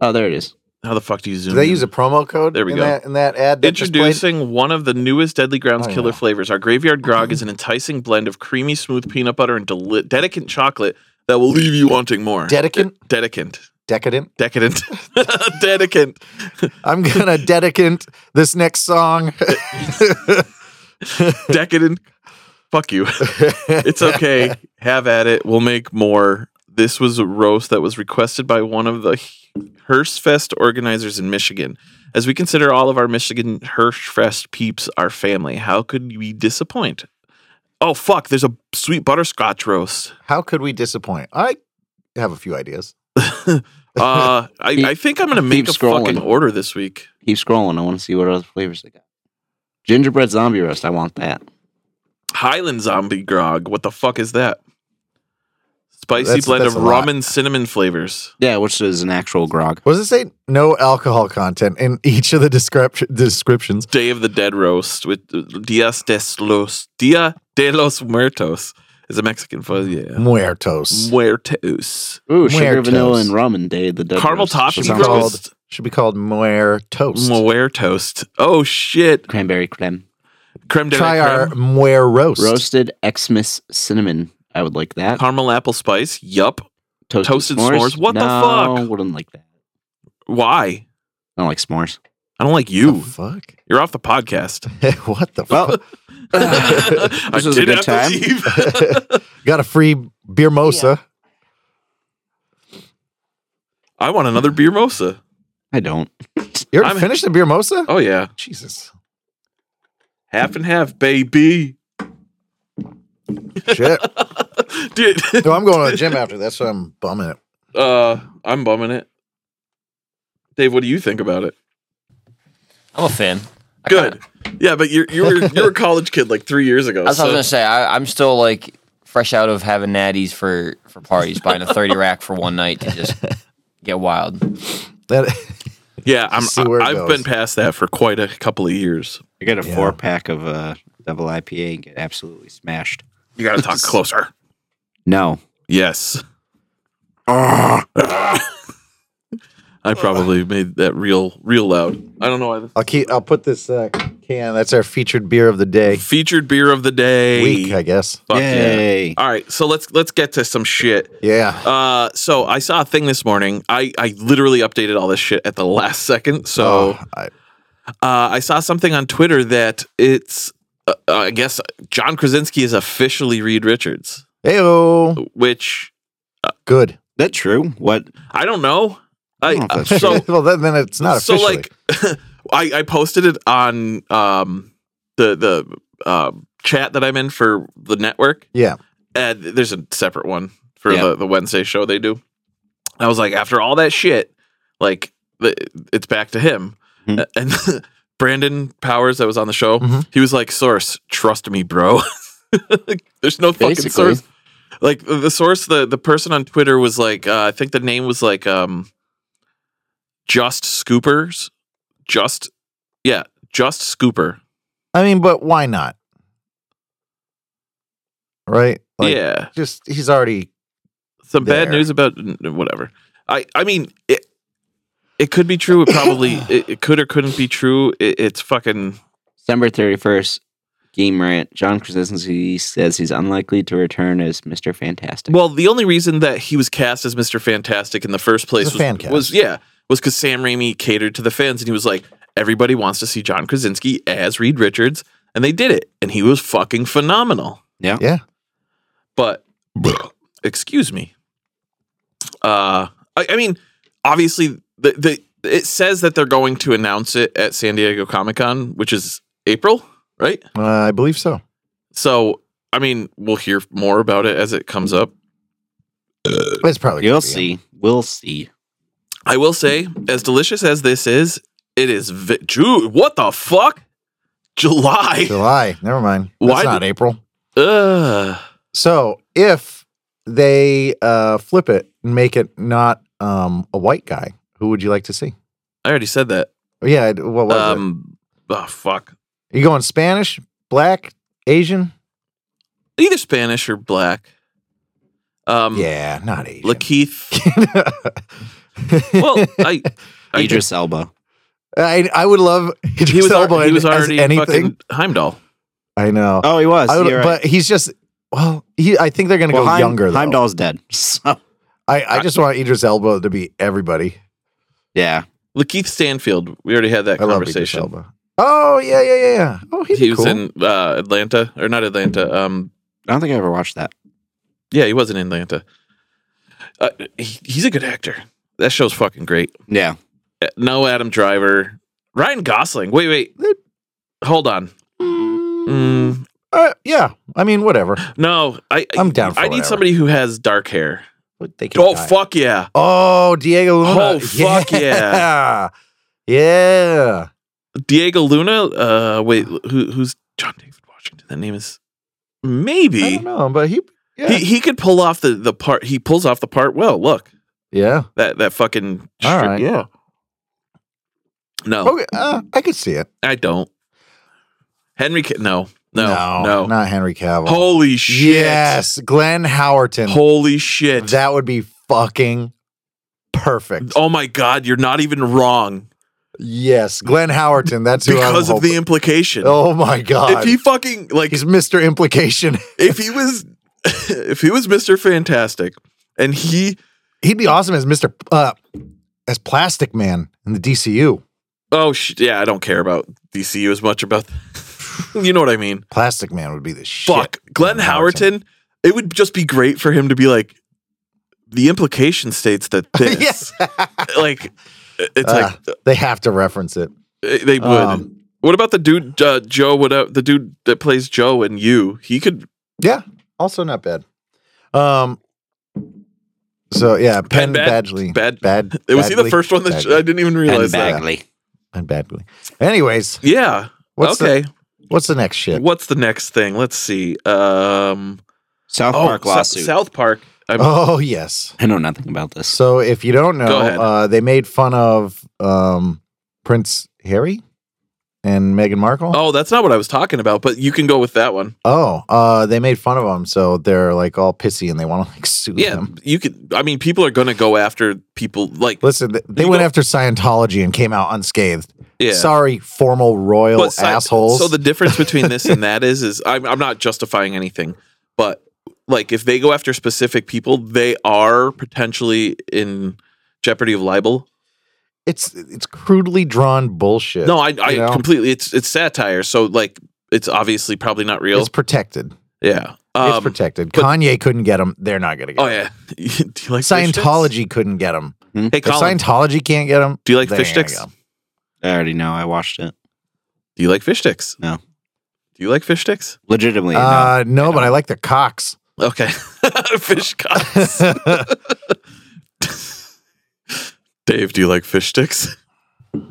Speaker 3: oh, there it is.
Speaker 1: How the fuck do you zoom?
Speaker 2: Do they
Speaker 1: in?
Speaker 2: use a promo code?
Speaker 1: There we
Speaker 2: in
Speaker 1: go.
Speaker 2: That, in that ad, that just played?
Speaker 1: Introducing one of the newest Deadly Grounds
Speaker 2: Oh,
Speaker 1: killer
Speaker 2: yeah.
Speaker 1: flavors, our Graveyard Grog is an enticing blend of creamy, smooth peanut butter and deli- dedicant chocolate that will leave you wanting more.
Speaker 2: Dedicant?
Speaker 1: De- dedicant.
Speaker 2: decadent.
Speaker 1: Decadent. dedicant.
Speaker 2: I'm gonna dedicant this next song.
Speaker 1: Decadent. Fuck you. It's okay. Have at it. We'll make more. This was a roast that was requested by one of the Hirschfest organizers in Michigan. As we consider all of our Michigan Hirschfest peeps our family, how could we disappoint? Oh fuck, there's a sweet butterscotch roast.
Speaker 2: How could we disappoint? I have a few ideas.
Speaker 1: Uh I, I think I'm gonna make a
Speaker 3: keep scrolling.
Speaker 1: fucking order this week.
Speaker 3: Keep scrolling. I want to see what other flavors they got. Gingerbread Zombie Roast. I want that.
Speaker 1: Highland zombie grog. What the fuck is that? Spicy
Speaker 2: That's-
Speaker 1: blend
Speaker 2: that's
Speaker 1: of
Speaker 2: a lot.
Speaker 1: rum and cinnamon flavors.
Speaker 3: Yeah, which is an actual grog.
Speaker 2: What does it say? No alcohol content in each of the description descriptions.
Speaker 1: Day of the Dead roast with uh, Dias de los Dia de los Muertos is a Mexican fuzz. Yeah,
Speaker 3: Mm.
Speaker 2: Muertos.
Speaker 1: Muertos.
Speaker 3: Ooh, sugar,
Speaker 2: Muertos.
Speaker 3: vanilla, and rum and day of the dead.
Speaker 1: Caramel
Speaker 3: roast.
Speaker 1: topping
Speaker 3: That sounds
Speaker 2: called-
Speaker 3: good.
Speaker 1: roast.
Speaker 2: Should be called muertos.
Speaker 1: Muertos. Oh shit!
Speaker 3: Cranberry creme.
Speaker 1: Creme de la
Speaker 2: Try our
Speaker 1: creme.
Speaker 2: muer roast.
Speaker 3: Roasted Xmas cinnamon. I would like that.
Speaker 1: caramel apple spice. Yup.
Speaker 3: Toasted,
Speaker 1: toasted s'mores? What the
Speaker 3: No,
Speaker 1: fuck?
Speaker 3: wouldn't like that.
Speaker 1: Why?
Speaker 3: I don't like s'mores.
Speaker 1: I don't like
Speaker 2: The
Speaker 1: you.
Speaker 2: fuck?
Speaker 1: You're off the podcast.
Speaker 2: what the
Speaker 3: Well,
Speaker 2: fuck?
Speaker 1: I
Speaker 3: This was a good time.
Speaker 1: leave.
Speaker 2: Got a free beer mosa.
Speaker 1: I want another beer mosa.
Speaker 3: I don't.
Speaker 2: You already
Speaker 1: I'm-
Speaker 2: finished the beer mosa?
Speaker 1: Oh yeah,
Speaker 2: Jesus.
Speaker 1: half and half, baby.
Speaker 2: Shit.
Speaker 1: Dude,
Speaker 2: no, I'm going to the gym after this, so I'm bumming it.
Speaker 1: uh, I'm bumming it. Dave, what do you think about it?
Speaker 4: I'm a fan. I kinda-
Speaker 1: Good. Yeah, but you're you were you were a college kid like three years ago.
Speaker 4: That's what I was
Speaker 1: so-
Speaker 4: gonna say. I, I'm still like fresh out of having natties for for parties, buying a thirty rack for one night to just get wild.
Speaker 2: That,
Speaker 1: yeah, I'm,
Speaker 2: See where it
Speaker 1: I, have
Speaker 2: goes.
Speaker 1: been past that for quite a couple of years.
Speaker 3: I got a
Speaker 2: Yeah.
Speaker 3: four pack of uh, double IPA and get absolutely smashed.
Speaker 1: You got to talk closer.
Speaker 3: No.
Speaker 1: Yes. I probably made that real real loud. I don't know why.
Speaker 2: I'll keep. I'll put this uh, can. That's our featured beer of the day.
Speaker 1: Featured beer of the day.
Speaker 2: Week, I guess.
Speaker 1: Fuck yeah.
Speaker 3: Yay.
Speaker 1: All right, so let's let's get to some shit.
Speaker 2: Yeah.
Speaker 1: Uh, so I saw a thing this morning. I I literally updated all this shit at the last second. So
Speaker 2: Oh, I,
Speaker 1: uh, I saw something on Twitter that it's uh, uh, I guess John Krasinski is officially Reed Richards,
Speaker 2: Heyo.
Speaker 1: which
Speaker 2: Good.
Speaker 3: That true? What?
Speaker 1: I don't know. I,
Speaker 3: don't know
Speaker 1: uh,
Speaker 3: if that's
Speaker 1: so
Speaker 2: well, then, then it's not
Speaker 1: so
Speaker 2: officially.
Speaker 1: like I I posted it on um the the um chat that I'm in for the network.
Speaker 2: yeah.
Speaker 1: and Uh, there's a separate one for
Speaker 3: Yeah.
Speaker 1: the, the Wednesday show they do. I was like, after all that shit, like the, it's back to him.
Speaker 3: Mhm.
Speaker 1: And Brandon Powers that was on the show,
Speaker 3: Mm-hmm.
Speaker 2: Mhm.
Speaker 1: he was like, "Source, trust me, bro. Like, there's no fucking
Speaker 3: Basically.
Speaker 1: source. Like the the source, the the person on Twitter was like, uh, I think the name was like, um, just Scoopers, just yeah, just Scooper.
Speaker 2: I mean, but why not? Right. Like,
Speaker 1: yeah,
Speaker 2: Just he's already.
Speaker 1: some bad
Speaker 2: there.
Speaker 1: news about n- whatever. I I mean it. It could be true. It probably it, it could or couldn't be true. It, it's fucking
Speaker 3: December 31st, Game Rant. John Krasinski says he's unlikely to return as Mr. Fantastic.
Speaker 1: well. The only reason that he was cast as Mister Fantastic in the first place
Speaker 2: It's a
Speaker 1: was,
Speaker 2: fan cast.
Speaker 1: was yeah was because Sam Raimi catered to the fans and he was like everybody wants to see John Krasinski as Reed Richards and they did it and he was fucking phenomenal.
Speaker 2: Yeah.
Speaker 1: but excuse me. Uh, I, I mean, obviously, the, the it says that they're going to announce it at San Diego Comic Con, which is April, right?
Speaker 2: Uh, I believe so.
Speaker 1: So, I mean, we'll hear more about it as it comes up. Uh,
Speaker 2: It's probably.
Speaker 3: You'll
Speaker 2: gonna be-
Speaker 3: see. We'll see.
Speaker 1: I will say, as delicious as this is, it is vi- June. What the fuck? July.
Speaker 2: July. Never mind. That's
Speaker 1: Why
Speaker 2: not April.
Speaker 1: Ugh.
Speaker 2: So if they uh, flip it and make it not um, a white guy, who would you like to see?
Speaker 1: I already said that.
Speaker 2: Yeah, I- what was
Speaker 1: Um, oh fuck.
Speaker 2: it? You going Spanish, black, Asian?
Speaker 1: Either Spanish or black. Um,
Speaker 2: yeah, not Asian.
Speaker 1: Lakeith. Well, I, I
Speaker 3: Idris Elba.
Speaker 2: I, I would love Idris
Speaker 1: he was, al-
Speaker 2: Elba
Speaker 1: he was
Speaker 2: as
Speaker 1: already
Speaker 2: anything.
Speaker 1: fucking Heimdall.
Speaker 2: I know.
Speaker 3: Oh, he was.
Speaker 2: I would-
Speaker 3: You're right.
Speaker 2: But he's just well. He, I think they're gonna
Speaker 3: Well,
Speaker 2: go
Speaker 3: Heim-
Speaker 2: younger. Though.
Speaker 3: Heimdall's dead. So
Speaker 2: I, I just want Idris Elba to be everybody.
Speaker 3: yeah,
Speaker 1: Lakeith Stanfield. We already had that
Speaker 2: I love Idris
Speaker 1: conversation.
Speaker 2: Elba. Oh yeah, yeah, yeah, yeah. Oh, he'd
Speaker 1: He
Speaker 2: be
Speaker 1: was
Speaker 2: cool.
Speaker 1: in uh, Atlanta, or not Atlanta. Um,
Speaker 3: I don't think I ever watched that.
Speaker 1: yeah, he was in Atlanta. Uh, he, he's a good actor. That show's fucking great.
Speaker 3: Yeah,
Speaker 1: Uh, No Adam Driver. Ryan Gosling. Wait, wait. Hold on. Mm,
Speaker 2: Uh, yeah, I mean, whatever.
Speaker 1: no, I
Speaker 2: I'm down for
Speaker 1: I need
Speaker 2: whatever.
Speaker 1: somebody who has dark hair.
Speaker 2: What they can
Speaker 1: Oh
Speaker 2: die.
Speaker 1: fuck yeah.
Speaker 2: Oh, Diego Luna.
Speaker 1: Oh, fuck
Speaker 2: yeah. Yeah.
Speaker 1: Diego Luna. Uh, wait, who, who's John David Washington? That name is
Speaker 2: I
Speaker 1: maybe
Speaker 2: don't know, but he. Yeah.
Speaker 1: he he could pull off the the part. He pulls off the part well. Look
Speaker 2: yeah.
Speaker 1: that that fucking
Speaker 2: All
Speaker 1: stri-
Speaker 2: right.
Speaker 1: yeah. No, Oh.
Speaker 2: Okay, uh, I could see it.
Speaker 1: I don't. Henry, Ca- no, no, no.
Speaker 2: not Henry Cavill.
Speaker 1: Holy shit!
Speaker 2: Yes, Glenn Howerton.
Speaker 1: Holy shit!
Speaker 2: that would be fucking perfect.
Speaker 1: oh my god, you're not even wrong
Speaker 2: Yes, Glenn Howerton. That's who
Speaker 1: because
Speaker 2: I'm
Speaker 1: of the
Speaker 2: hoping-
Speaker 1: implication.
Speaker 2: Oh my god.
Speaker 1: if he fucking like
Speaker 2: He's Mr. Implication.
Speaker 1: if he was if he was Mr. Fantastic and he
Speaker 2: He'd be awesome as Mr. P- Uh, as Plastic Man in the DCU.
Speaker 1: oh sh- yeah I don't care about DCU as much about you know what I mean
Speaker 2: Plastic Man would be the shit.
Speaker 1: fuck Glenn Howerton it would just be great for him to be like the implication states that this
Speaker 2: yes.
Speaker 1: like it's
Speaker 2: Uh,
Speaker 1: like
Speaker 2: they have to reference it.
Speaker 1: uh, they would
Speaker 2: um,
Speaker 1: what about the dude uh, Joe what uh, the dude that plays Joe and you he could
Speaker 2: Yeah. Also not bad. Um. So yeah, Penn
Speaker 1: Bad-
Speaker 2: Badgley.
Speaker 1: Bad-
Speaker 2: Bad.
Speaker 1: it was he the
Speaker 2: Badgley?
Speaker 1: first one that sh-
Speaker 2: Badgley.
Speaker 1: I didn't even
Speaker 3: Ben
Speaker 1: realize that
Speaker 3: Bagley.
Speaker 2: Penn Badgley. Anyways,
Speaker 1: yeah
Speaker 2: what's
Speaker 1: okay
Speaker 2: the, what's the next shit?
Speaker 1: What's the next thing? Let's see. Um,
Speaker 3: South
Speaker 1: oh,
Speaker 3: Park
Speaker 1: Sou-
Speaker 3: lawsuit.
Speaker 1: South Park. I'm,
Speaker 2: Oh yes.
Speaker 3: I know nothing about this.
Speaker 2: So if you don't know,
Speaker 1: Go ahead.
Speaker 2: uh, they made fun of um, Prince Harry and Meghan Markle.
Speaker 1: oh, that's not what I was talking about, but you can go with that one.
Speaker 2: Oh, uh, they made fun of them, so they're like all pissy and they want to like sue
Speaker 1: Yeah,
Speaker 2: them.
Speaker 1: you could. I mean, people are going to go after people like
Speaker 2: Listen, th- they
Speaker 1: You
Speaker 2: went
Speaker 1: go-
Speaker 2: after Scientology and came out unscathed.
Speaker 1: yeah.
Speaker 2: Sorry, formal royal
Speaker 1: But si-
Speaker 2: assholes.
Speaker 1: So the difference between this and that is, is I'm, I'm not justifying anything, but like if they go after specific people, they are potentially in jeopardy of libel.
Speaker 2: it's it's crudely drawn bullshit.
Speaker 1: No, I, I
Speaker 2: You know?
Speaker 1: completely. It's it's satire, so like it's obviously probably not real.
Speaker 2: it's protected.
Speaker 1: yeah.
Speaker 2: it's
Speaker 1: Um,
Speaker 2: protected.
Speaker 1: but-
Speaker 2: Kanye couldn't get them. They're not gonna get.
Speaker 1: Oh
Speaker 2: 'em.
Speaker 1: yeah. Do you like fish sticks?
Speaker 2: Scientology couldn't get them.
Speaker 1: Hey,
Speaker 2: If
Speaker 1: Colin,
Speaker 2: Scientology can't get them,
Speaker 1: do you like fish sticks?
Speaker 3: I already know. I watched it.
Speaker 1: Do you like fish sticks?
Speaker 3: No.
Speaker 1: Do you like fish sticks?
Speaker 3: Legitimately, no.
Speaker 2: Uh, no, but I like the cocks.
Speaker 1: Okay. fish cocks. Dave, do you like fish sticks?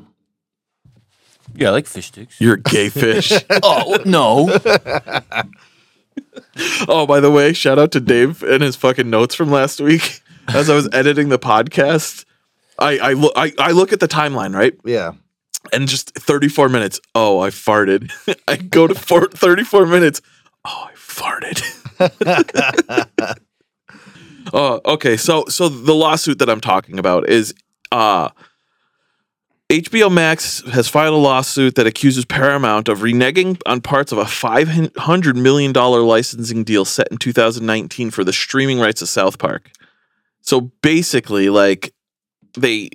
Speaker 4: Yeah, I like fish sticks.
Speaker 1: You're a gay fish.
Speaker 4: oh no,
Speaker 1: oh, by the way, shout out to Dave and his fucking notes from last week. As I was editing the podcast, I I look I, I look at the timeline, right?
Speaker 2: Yeah.
Speaker 1: and just 34 minutes. Oh, I farted. I go to four, 34 minutes. Oh, I farted. oh, okay. So, so the lawsuit that I'm talking about is, uh, HBO Max has filed a lawsuit that accuses Paramount of reneging on parts of a $500 million licensing deal set in 2019 for the streaming rights of South Park. So basically, like, they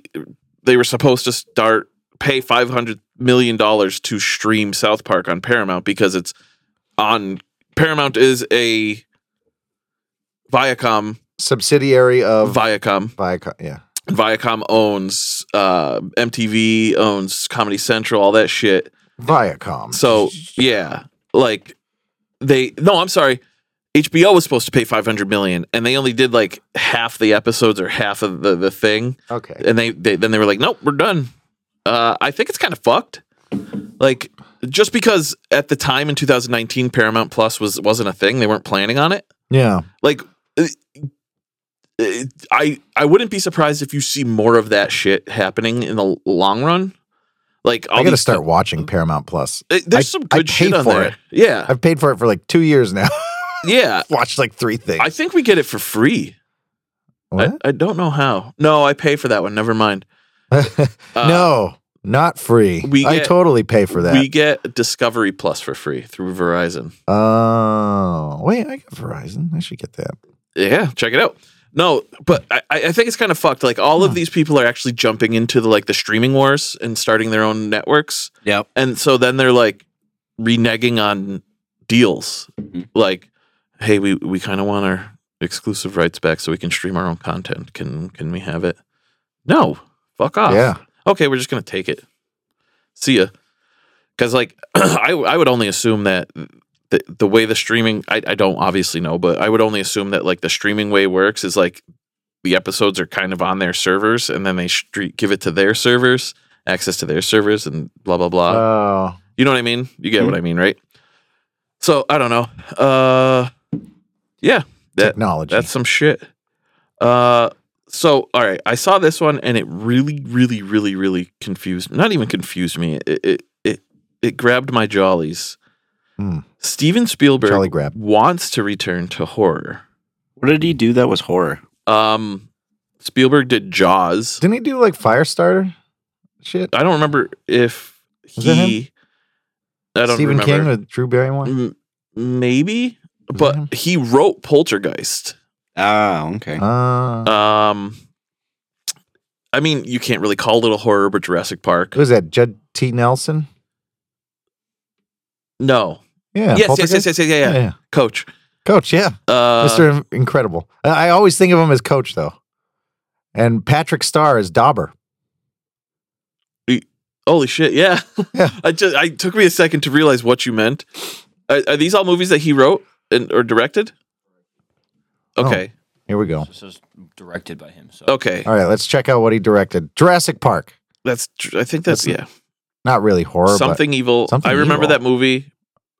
Speaker 1: they were supposed to start pay five hundred million dollars to stream South Park on Paramount because it's on Paramount is a Viacom
Speaker 2: Subsidiary of
Speaker 1: Viacom
Speaker 2: Viacom. Yeah.
Speaker 1: Viacom owns uh, MTV owns Comedy Central all that shit
Speaker 2: Viacom.
Speaker 1: so yeah like they no I'm sorry HBO was supposed to pay 500 million and they only did like half the episodes or half of the, the thing
Speaker 2: Okay.
Speaker 1: and they, they then they were like, nope, we're done. Uh, I think it's kind of fucked. Like just because at the time in 2019, Paramount Plus was wasn't a thing, they weren't planning on it.
Speaker 2: Yeah.
Speaker 1: Like uh, it- I I wouldn't be surprised if you see more of that shit happening in the long run. Like all
Speaker 2: I got to
Speaker 1: these- Mm-hmm.
Speaker 2: start watching Paramount Plus.
Speaker 1: eh, There's
Speaker 2: I-
Speaker 1: some
Speaker 2: I
Speaker 1: good
Speaker 2: pay
Speaker 1: shit on
Speaker 2: for
Speaker 1: there.
Speaker 2: it.
Speaker 1: Yeah,
Speaker 2: I've paid for it for like two years now.
Speaker 1: yeah.
Speaker 2: Watched like three things.
Speaker 1: I think we get it for free. I,
Speaker 2: What?
Speaker 1: I don't know how. No, I pay for that one. Never mind. Uh,
Speaker 2: no, not free.
Speaker 1: we
Speaker 2: I
Speaker 1: get-
Speaker 2: totally pay for that.
Speaker 1: We get Discovery Plus for free through Verizon.
Speaker 2: oh, wait, I got Verizon. I should get that.
Speaker 1: yeah check it out no but i, I I think it's kind of fucked like all of these people are actually jumping into the like the streaming wars and starting their own networks
Speaker 3: Yep.
Speaker 1: and so then they're like reneging on deals
Speaker 3: Mhm.
Speaker 1: like hey we we kind of want our exclusive rights back so we can stream our own content can can we have it no fuck off
Speaker 2: Yeah.
Speaker 1: okay we're just gonna take it see ya because like I, I would only assume that the, the way the streaming I, I don't obviously know but i would only assume that like the streaming way works is like the episodes are kind of on their servers and then they street give it to their servers access to their servers and blah blah blah
Speaker 2: Oh,
Speaker 1: you know what i mean you get what
Speaker 3: Mhm.
Speaker 1: i mean right so i don't know uh that-
Speaker 2: technology.
Speaker 1: that's some shit. Uh, so all right, I saw this one and it really, really, really, really confused. Not even confused me. It it it, it grabbed my jollies.
Speaker 2: Hmm.
Speaker 1: Steven Spielberg
Speaker 2: Jolly grab.
Speaker 1: wants to return to horror.
Speaker 3: What did he do that was horror?
Speaker 1: Um, Spielberg did Jaws.
Speaker 2: Didn't he do like Firestarter? Shit.
Speaker 1: I don't remember if
Speaker 2: Was that
Speaker 1: he. I don't
Speaker 2: Stephen King
Speaker 1: remember. Mm-hmm.
Speaker 2: with Drew Barrymore.
Speaker 1: M- maybe,
Speaker 2: Was that him?
Speaker 1: but he wrote Poltergeist.
Speaker 3: Ah, okay.
Speaker 2: Uh,
Speaker 1: Um, I mean, you can't really call it a horror, but Jurassic Park.
Speaker 2: who was that? Judd T. Nelson.
Speaker 1: No.
Speaker 2: Yeah.
Speaker 1: yes, yes,
Speaker 2: Poltergeist?
Speaker 1: yes, yes, yes, yeah, yeah.
Speaker 2: yeah.
Speaker 1: Coach.
Speaker 2: Coach. Yeah.
Speaker 1: Uh,
Speaker 2: Mr. Incredible. I I always think of him as coach though. And Patrick Starr is Dauber.
Speaker 1: Holy shit! Yeah.
Speaker 2: Yeah.
Speaker 1: I just. I took me a second to realize what you meant. Are, are these all movies that he wrote and or directed?
Speaker 2: Oh.
Speaker 1: Okay.
Speaker 2: Here we go.
Speaker 4: This was directed by him. So
Speaker 1: Okay.
Speaker 2: All right, let's check out what he directed. Jurassic Park.
Speaker 1: That's. tr- I think that's yeah.
Speaker 2: That's- Not really horror,
Speaker 1: something evil.
Speaker 2: something
Speaker 1: I remember
Speaker 2: evil.
Speaker 1: that movie.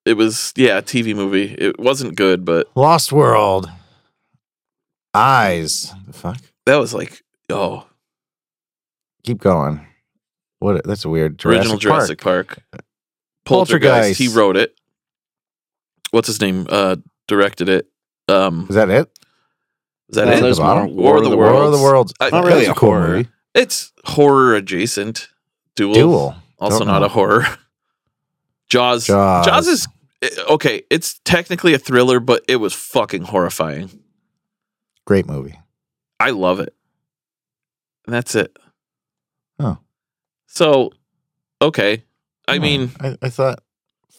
Speaker 1: It was yeah, a TV movie. It wasn't good, but
Speaker 2: but Lost World. Eyes. The fuck?
Speaker 1: that was like oh,
Speaker 2: Keep going. What that's a weird
Speaker 1: original
Speaker 2: Jurassic Park.
Speaker 1: Jurassic Park.
Speaker 2: Poltergeist.
Speaker 1: He wrote it. What's his name? Uh, directed it. Um,
Speaker 2: Is that it?
Speaker 1: is that
Speaker 2: That's
Speaker 1: it?
Speaker 2: the bottom.
Speaker 1: War of the
Speaker 2: War of
Speaker 1: Worlds.
Speaker 2: the Worlds.
Speaker 1: I-
Speaker 3: Not really
Speaker 2: That's
Speaker 3: a
Speaker 2: a cool
Speaker 3: horror.
Speaker 2: movie.
Speaker 1: It's horror adjacent. Duel.
Speaker 2: Duel.
Speaker 1: Also
Speaker 2: Don't
Speaker 1: not
Speaker 2: know.
Speaker 1: a horror. Jaws. Jaws.
Speaker 2: Jaws.
Speaker 1: is eh, okay. It's technically a thriller, but it was fucking horrifying.
Speaker 2: Great movie.
Speaker 1: I love it. And that's it.
Speaker 2: Oh.
Speaker 1: So, okay. I
Speaker 2: Hmm.
Speaker 1: mean,
Speaker 2: I, I thought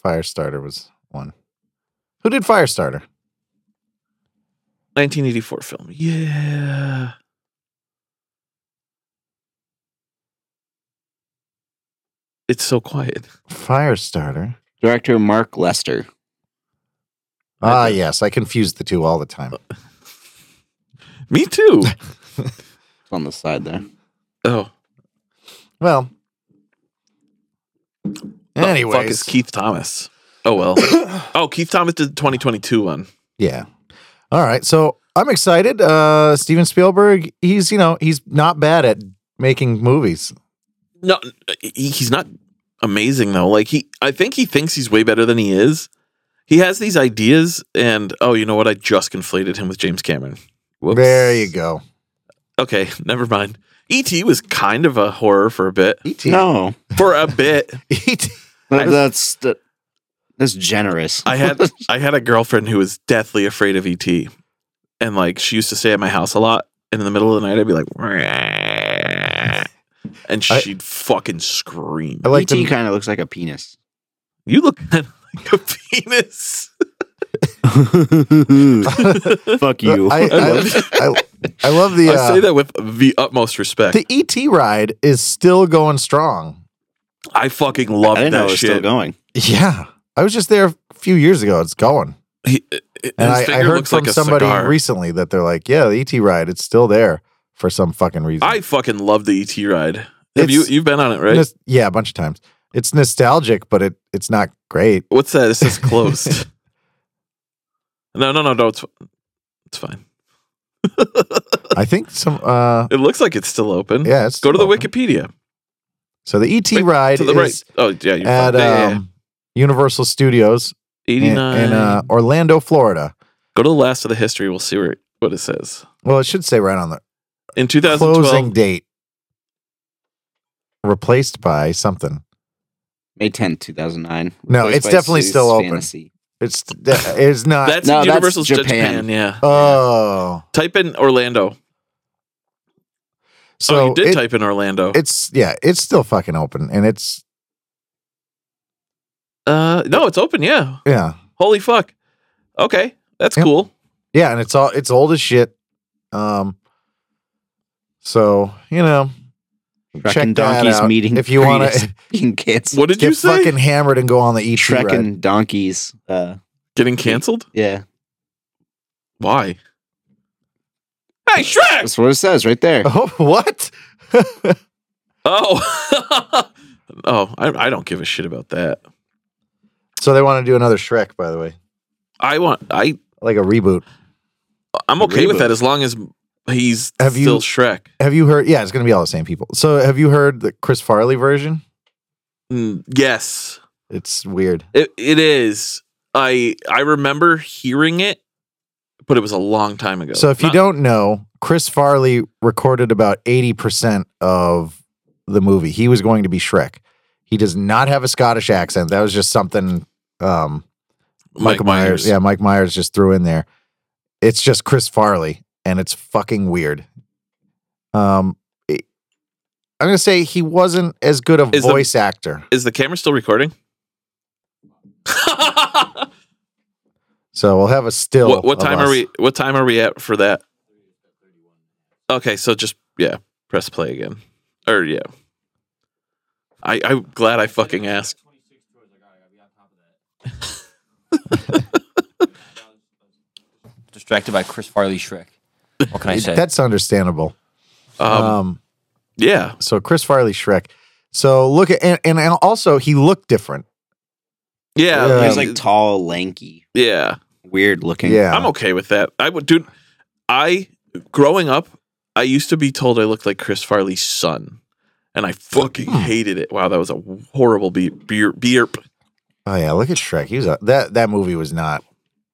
Speaker 2: Firestarter was one. Who did Firestarter?
Speaker 1: 1984 film. Yeah. It's so quiet.
Speaker 2: Firestarter.
Speaker 3: Director Mark Lester.
Speaker 2: Ah, yes. I confuse the two all the time.
Speaker 1: Me too.
Speaker 3: It's on the side there.
Speaker 1: Oh,
Speaker 2: Well,
Speaker 1: Anyway, fuck
Speaker 2: anyways,
Speaker 1: is Keith Thomas? Oh well. oh, Keith Thomas did the 2022 one.
Speaker 2: yeah. All right, so I'm excited. Uh Steven Spielberg, he's you know he's not bad at making movies.
Speaker 1: No, he- he's not amazing though. Like he, I think he thinks he's way better than he is. He has these ideas, and oh, you know what? I just conflated him with James Cameron. Whoops.
Speaker 2: There you go.
Speaker 1: Okay, never mind. E.T. was kind of a horror for a bit.
Speaker 2: E.T.
Speaker 3: No,
Speaker 1: For a bit,
Speaker 2: E.T.
Speaker 3: That- that's that, that's generous.
Speaker 1: I had I had a girlfriend who was deathly afraid of ET, and like she used to stay at my house a lot. And in the middle of the night, I'd be like, "Rah," and
Speaker 2: I-
Speaker 1: she'd fucking scream.
Speaker 2: I like
Speaker 3: ET
Speaker 2: the,
Speaker 3: kind of looks like a penis.
Speaker 1: You look kind of like a penis.
Speaker 3: Fuck you.
Speaker 2: I, I, I, I love the
Speaker 1: I say
Speaker 2: uh,
Speaker 1: that with the utmost respect.
Speaker 2: the E.T. ride is still going strong.
Speaker 1: I fucking love
Speaker 3: I didn't know it
Speaker 1: that
Speaker 3: was still
Speaker 1: shit.
Speaker 3: going.
Speaker 2: Yeah, I was just there a few years ago. It's going,
Speaker 1: He- uh, his
Speaker 2: and I, I
Speaker 1: finger
Speaker 2: heard
Speaker 1: looks
Speaker 2: from
Speaker 1: like a
Speaker 2: somebody
Speaker 1: cigar.
Speaker 2: recently that they're like, "Yeah, the ET ride, it's still there for some fucking reason."
Speaker 1: I fucking love the ET ride. Have
Speaker 2: It's-
Speaker 1: you you've been on it, right?
Speaker 2: Nos- yeah, a bunch of times. It's nostalgic, but it it's not great.
Speaker 1: What's that? It says closed. no, no, no, no. It's, it's fine.
Speaker 2: I think some. Uh,
Speaker 1: It looks like it's still open.
Speaker 2: yeah, it's
Speaker 1: Hmm? Go to the
Speaker 2: still open.
Speaker 1: Wikipedia.
Speaker 2: So the ET
Speaker 1: Wait,
Speaker 2: ride
Speaker 1: To the
Speaker 2: is
Speaker 1: right. Oh, yeah. You're
Speaker 2: at
Speaker 1: fine. Yeah, yeah, yeah.
Speaker 2: um, Universal Studios in,
Speaker 1: 89.
Speaker 2: in, uh, Orlando, Florida.
Speaker 1: Go to the last of the history. We'll see where it- what it says.
Speaker 2: Well, it should say right on the
Speaker 1: In 2012,
Speaker 2: closing date. Replaced by something.
Speaker 3: May 10th, 2009.
Speaker 2: No,
Speaker 3: Replaced
Speaker 2: it's
Speaker 3: by
Speaker 2: definitely
Speaker 3: Zeus
Speaker 2: still open.
Speaker 3: Fantasy.
Speaker 2: It's it's not.
Speaker 1: that's
Speaker 3: No, that's
Speaker 1: Universal's Japan.
Speaker 3: Japan.
Speaker 1: Japan. Yeah.
Speaker 2: oh,
Speaker 1: Type in Orlando.
Speaker 2: so
Speaker 1: oh, you did
Speaker 2: it-
Speaker 1: type in Orlando.
Speaker 2: It's yeah, it's still fucking open, and it's
Speaker 1: uh, no, it's open. Yeah.
Speaker 2: yeah,
Speaker 1: Holy fuck. Okay. That's
Speaker 2: Yep.
Speaker 1: cool.
Speaker 2: yeah, and it's all it's old as shit. Um, so you know,
Speaker 3: Shrek
Speaker 2: check
Speaker 3: and
Speaker 2: that
Speaker 3: Donkeys
Speaker 2: out
Speaker 3: meeting.
Speaker 2: if you want
Speaker 3: greatest
Speaker 2: to
Speaker 3: being canceled.
Speaker 1: What did you
Speaker 2: get
Speaker 1: say?
Speaker 2: fucking hammered and go on the ET
Speaker 3: Shrek
Speaker 2: ride.
Speaker 3: and Donkeys. Uh,
Speaker 1: Getting canceled?
Speaker 3: yeah,
Speaker 1: Why? Hey, Shrek!
Speaker 3: that's what it says right there.
Speaker 2: Oh, what?
Speaker 1: Oh. oh, I, I don't give a shit about that.
Speaker 2: So they want to do another Shrek, by the way,
Speaker 1: I want, I,
Speaker 2: like a reboot.
Speaker 1: I'm okay with
Speaker 3: Reboot.
Speaker 1: that as long as he's
Speaker 2: Have you-
Speaker 1: still Shrek.
Speaker 2: Have you heard? Yeah, it's gonna be all the same people. So have you heard the Chris Farley version?
Speaker 1: Mm, yes.
Speaker 2: It's weird.
Speaker 1: It, it is. I I remember hearing it, but it was a long time ago.
Speaker 2: So if you
Speaker 1: Not-
Speaker 2: don't know, Chris Farley recorded about 80% of the movie. He was going to be Shrek. He does not have a Scottish accent. That was just something um
Speaker 1: Mike Myers,
Speaker 2: Yeah, Mike Myers just threw in there. It's just Chris Farley and it's fucking weird. Um it- I'm going to say he wasn't as good a
Speaker 1: Is the-
Speaker 2: voice actor.
Speaker 1: is the camera still recording?
Speaker 2: So we'll have a still
Speaker 1: what, what
Speaker 2: of
Speaker 1: time
Speaker 2: us.
Speaker 1: are we? What time are we at for that? Okay, so just yeah, press play again, or yeah. I I'm glad I fucking asked.
Speaker 4: Distracted by Chris Farley Shrek. What can I say?
Speaker 2: That's understandable.
Speaker 1: Um,
Speaker 2: um
Speaker 1: yeah,
Speaker 2: so Chris Farley Shrek. So look at and, and also he looked different.
Speaker 1: yeah,
Speaker 2: Yeah.
Speaker 3: He
Speaker 1: yeah.
Speaker 3: was like tall, lanky,
Speaker 1: yeah.
Speaker 3: weird looking.
Speaker 2: Yeah.
Speaker 1: I'm okay with that. I would, dude. I growing up, I used to be told I looked like Chris Farley's son, and I fucking
Speaker 2: Hmm.
Speaker 1: hated it. Wow, that was a horrible beep, beep, beep.
Speaker 2: Oh yeah, look at Shrek. He was a, that that movie was not.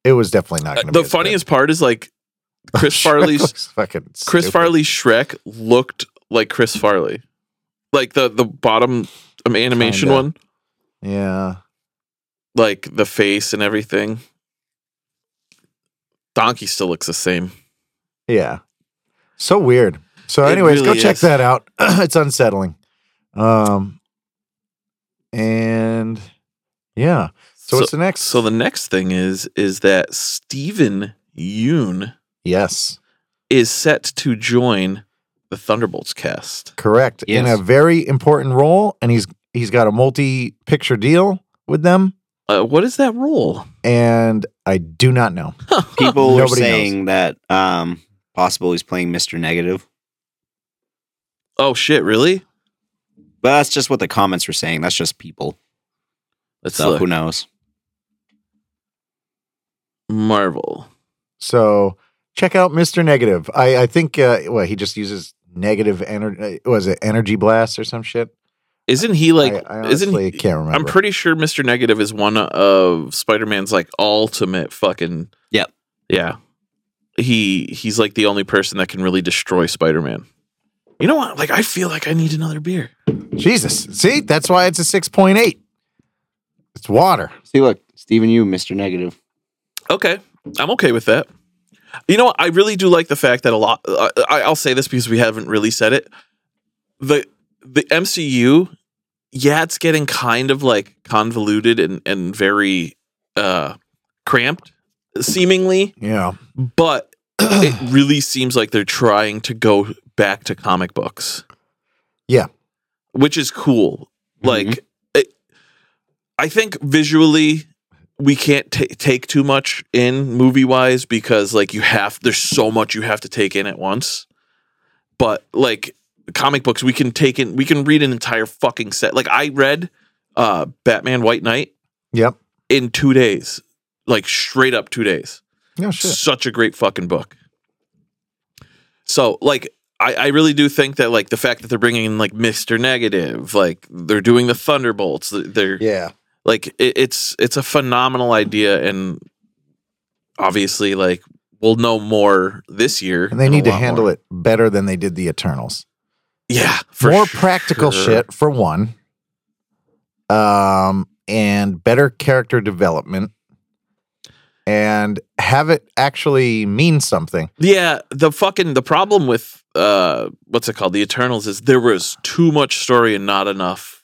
Speaker 2: It was definitely not. Gonna
Speaker 1: Uh, The
Speaker 2: be as good.
Speaker 1: funniest part is like Chris
Speaker 2: Shrek
Speaker 1: Farley's
Speaker 2: looks fucking
Speaker 1: Chris
Speaker 2: stupid.
Speaker 1: Farley's Shrek looked like Chris Farley, like the the bottom um, animation
Speaker 2: Kinda.
Speaker 1: one,
Speaker 2: Yeah,
Speaker 1: like the face and everything. Donkey still looks the same.
Speaker 2: yeah. So weird. So,
Speaker 1: It
Speaker 2: anyways, go
Speaker 1: really
Speaker 2: check
Speaker 1: is.
Speaker 2: that out. it's unsettling. Um, and yeah. So, what's the next?
Speaker 1: So the next thing is is that Steven Yoon
Speaker 2: yes,
Speaker 1: is set to join the Thunderbolts cast.
Speaker 2: correct. In
Speaker 3: Yes.
Speaker 2: a very important role, and he's he's got a multi picture deal with them,
Speaker 1: Uh, what is that role?
Speaker 2: and I do not know.
Speaker 3: People were
Speaker 2: Nobody knows.
Speaker 3: saying that um, possible he's playing Mr. Negative,
Speaker 1: Oh shit! Really?
Speaker 3: but that's just what the comments were saying. That's just people.
Speaker 1: Let's
Speaker 3: So who
Speaker 1: look.
Speaker 3: knows?
Speaker 1: Marvel.
Speaker 2: So check out Mr. Negative. I, I think uh well, he just uses negative energy was it energy blast or some shit?
Speaker 1: Isn't he like?
Speaker 2: I, I
Speaker 1: isn't
Speaker 2: honestly
Speaker 1: he,
Speaker 2: can't remember.
Speaker 1: I'm pretty sure Mr. Negative is one of Spider-Man's like ultimate fucking
Speaker 3: Yep.
Speaker 1: Yeah. He he's like the only person that can really destroy Spider-Man. You know what? Like I feel like I need another beer.
Speaker 2: Jesus. See, that's why it's a six point eight. It's water.
Speaker 3: See, look, Steven, you, Mr. Negative.
Speaker 1: Okay. I'm okay with that. You know what? I really do like the fact that a lot I, I- I'll say this because we haven't really said it. The the MCU yeah, it's getting kind of like convoluted and and very uh cramped seemingly.
Speaker 2: Yeah.
Speaker 1: but it really seems like they're trying to go back to comic books.
Speaker 2: Yeah. Mm-hmm.
Speaker 1: Which is cool.
Speaker 3: Mhm.
Speaker 1: Like it, I think visually we can't ta take too much in movie wise because like you have there's so much you have to take in at once. But like comic books we can take in we can read an entire fucking set. Like I read uh Batman White Knight
Speaker 2: Yep.
Speaker 1: in 2 days. Like straight up 2 days
Speaker 2: No shit.
Speaker 1: such a great fucking book. So like I, I really do think that like the fact that they're bringing in like Mister Negative, like they're doing the Thunderbolts, th- they're
Speaker 2: Yeah.
Speaker 1: like it, it's it's a phenomenal idea, and obviously like we'll know more this year.
Speaker 2: And they need to handle it better than they did the Eternals.
Speaker 1: Yeah, for
Speaker 2: More practical
Speaker 1: sure.
Speaker 2: shit for one. Um and better character development and have it actually mean something.
Speaker 1: Yeah, the fucking the problem with uh what's it called? The Eternals is there was too much story and not enough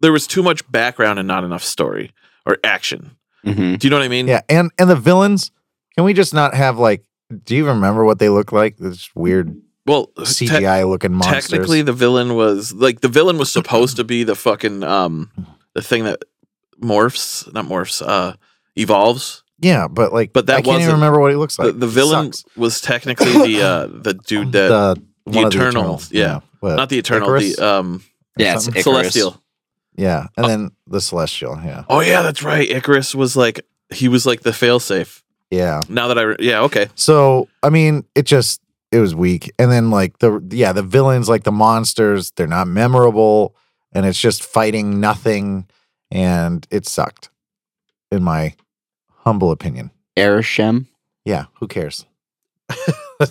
Speaker 1: there was too much background and not enough story or action.
Speaker 3: Mm-hmm.
Speaker 1: Do you know what I mean?
Speaker 2: Yeah, and and the villains, can we just not have like do you remember what they look like? This weird
Speaker 1: Well, Uh, te-
Speaker 2: CGI looking monsters.
Speaker 1: technically the villain was like the villain was supposed to be the fucking um the thing that morphs, not morphs, uh evolves.
Speaker 2: yeah, but like,
Speaker 1: But that
Speaker 2: I can't even
Speaker 1: wasn't-
Speaker 2: remember what he looks
Speaker 1: The,
Speaker 2: like.
Speaker 1: the villain
Speaker 2: Sucks.
Speaker 1: was technically the uh the dude that the
Speaker 2: one of
Speaker 1: Eternals, yeah.
Speaker 2: but-
Speaker 1: not the Eternal,
Speaker 2: Icarus?
Speaker 1: the um
Speaker 3: Yeah, it's Icarus.
Speaker 1: Celestial.
Speaker 2: yeah, and then the celestial, yeah,
Speaker 1: Oh yeah, that's right. Icarus was like he was like the failsafe.
Speaker 2: yeah.
Speaker 1: Now that I re- yeah okay
Speaker 2: So I mean, it just it was weak, and then like the yeah the villains like the monsters, they're not memorable, and it's just fighting nothing, and it sucked, in my humble opinion.
Speaker 3: Arishem.
Speaker 2: Yeah, who cares?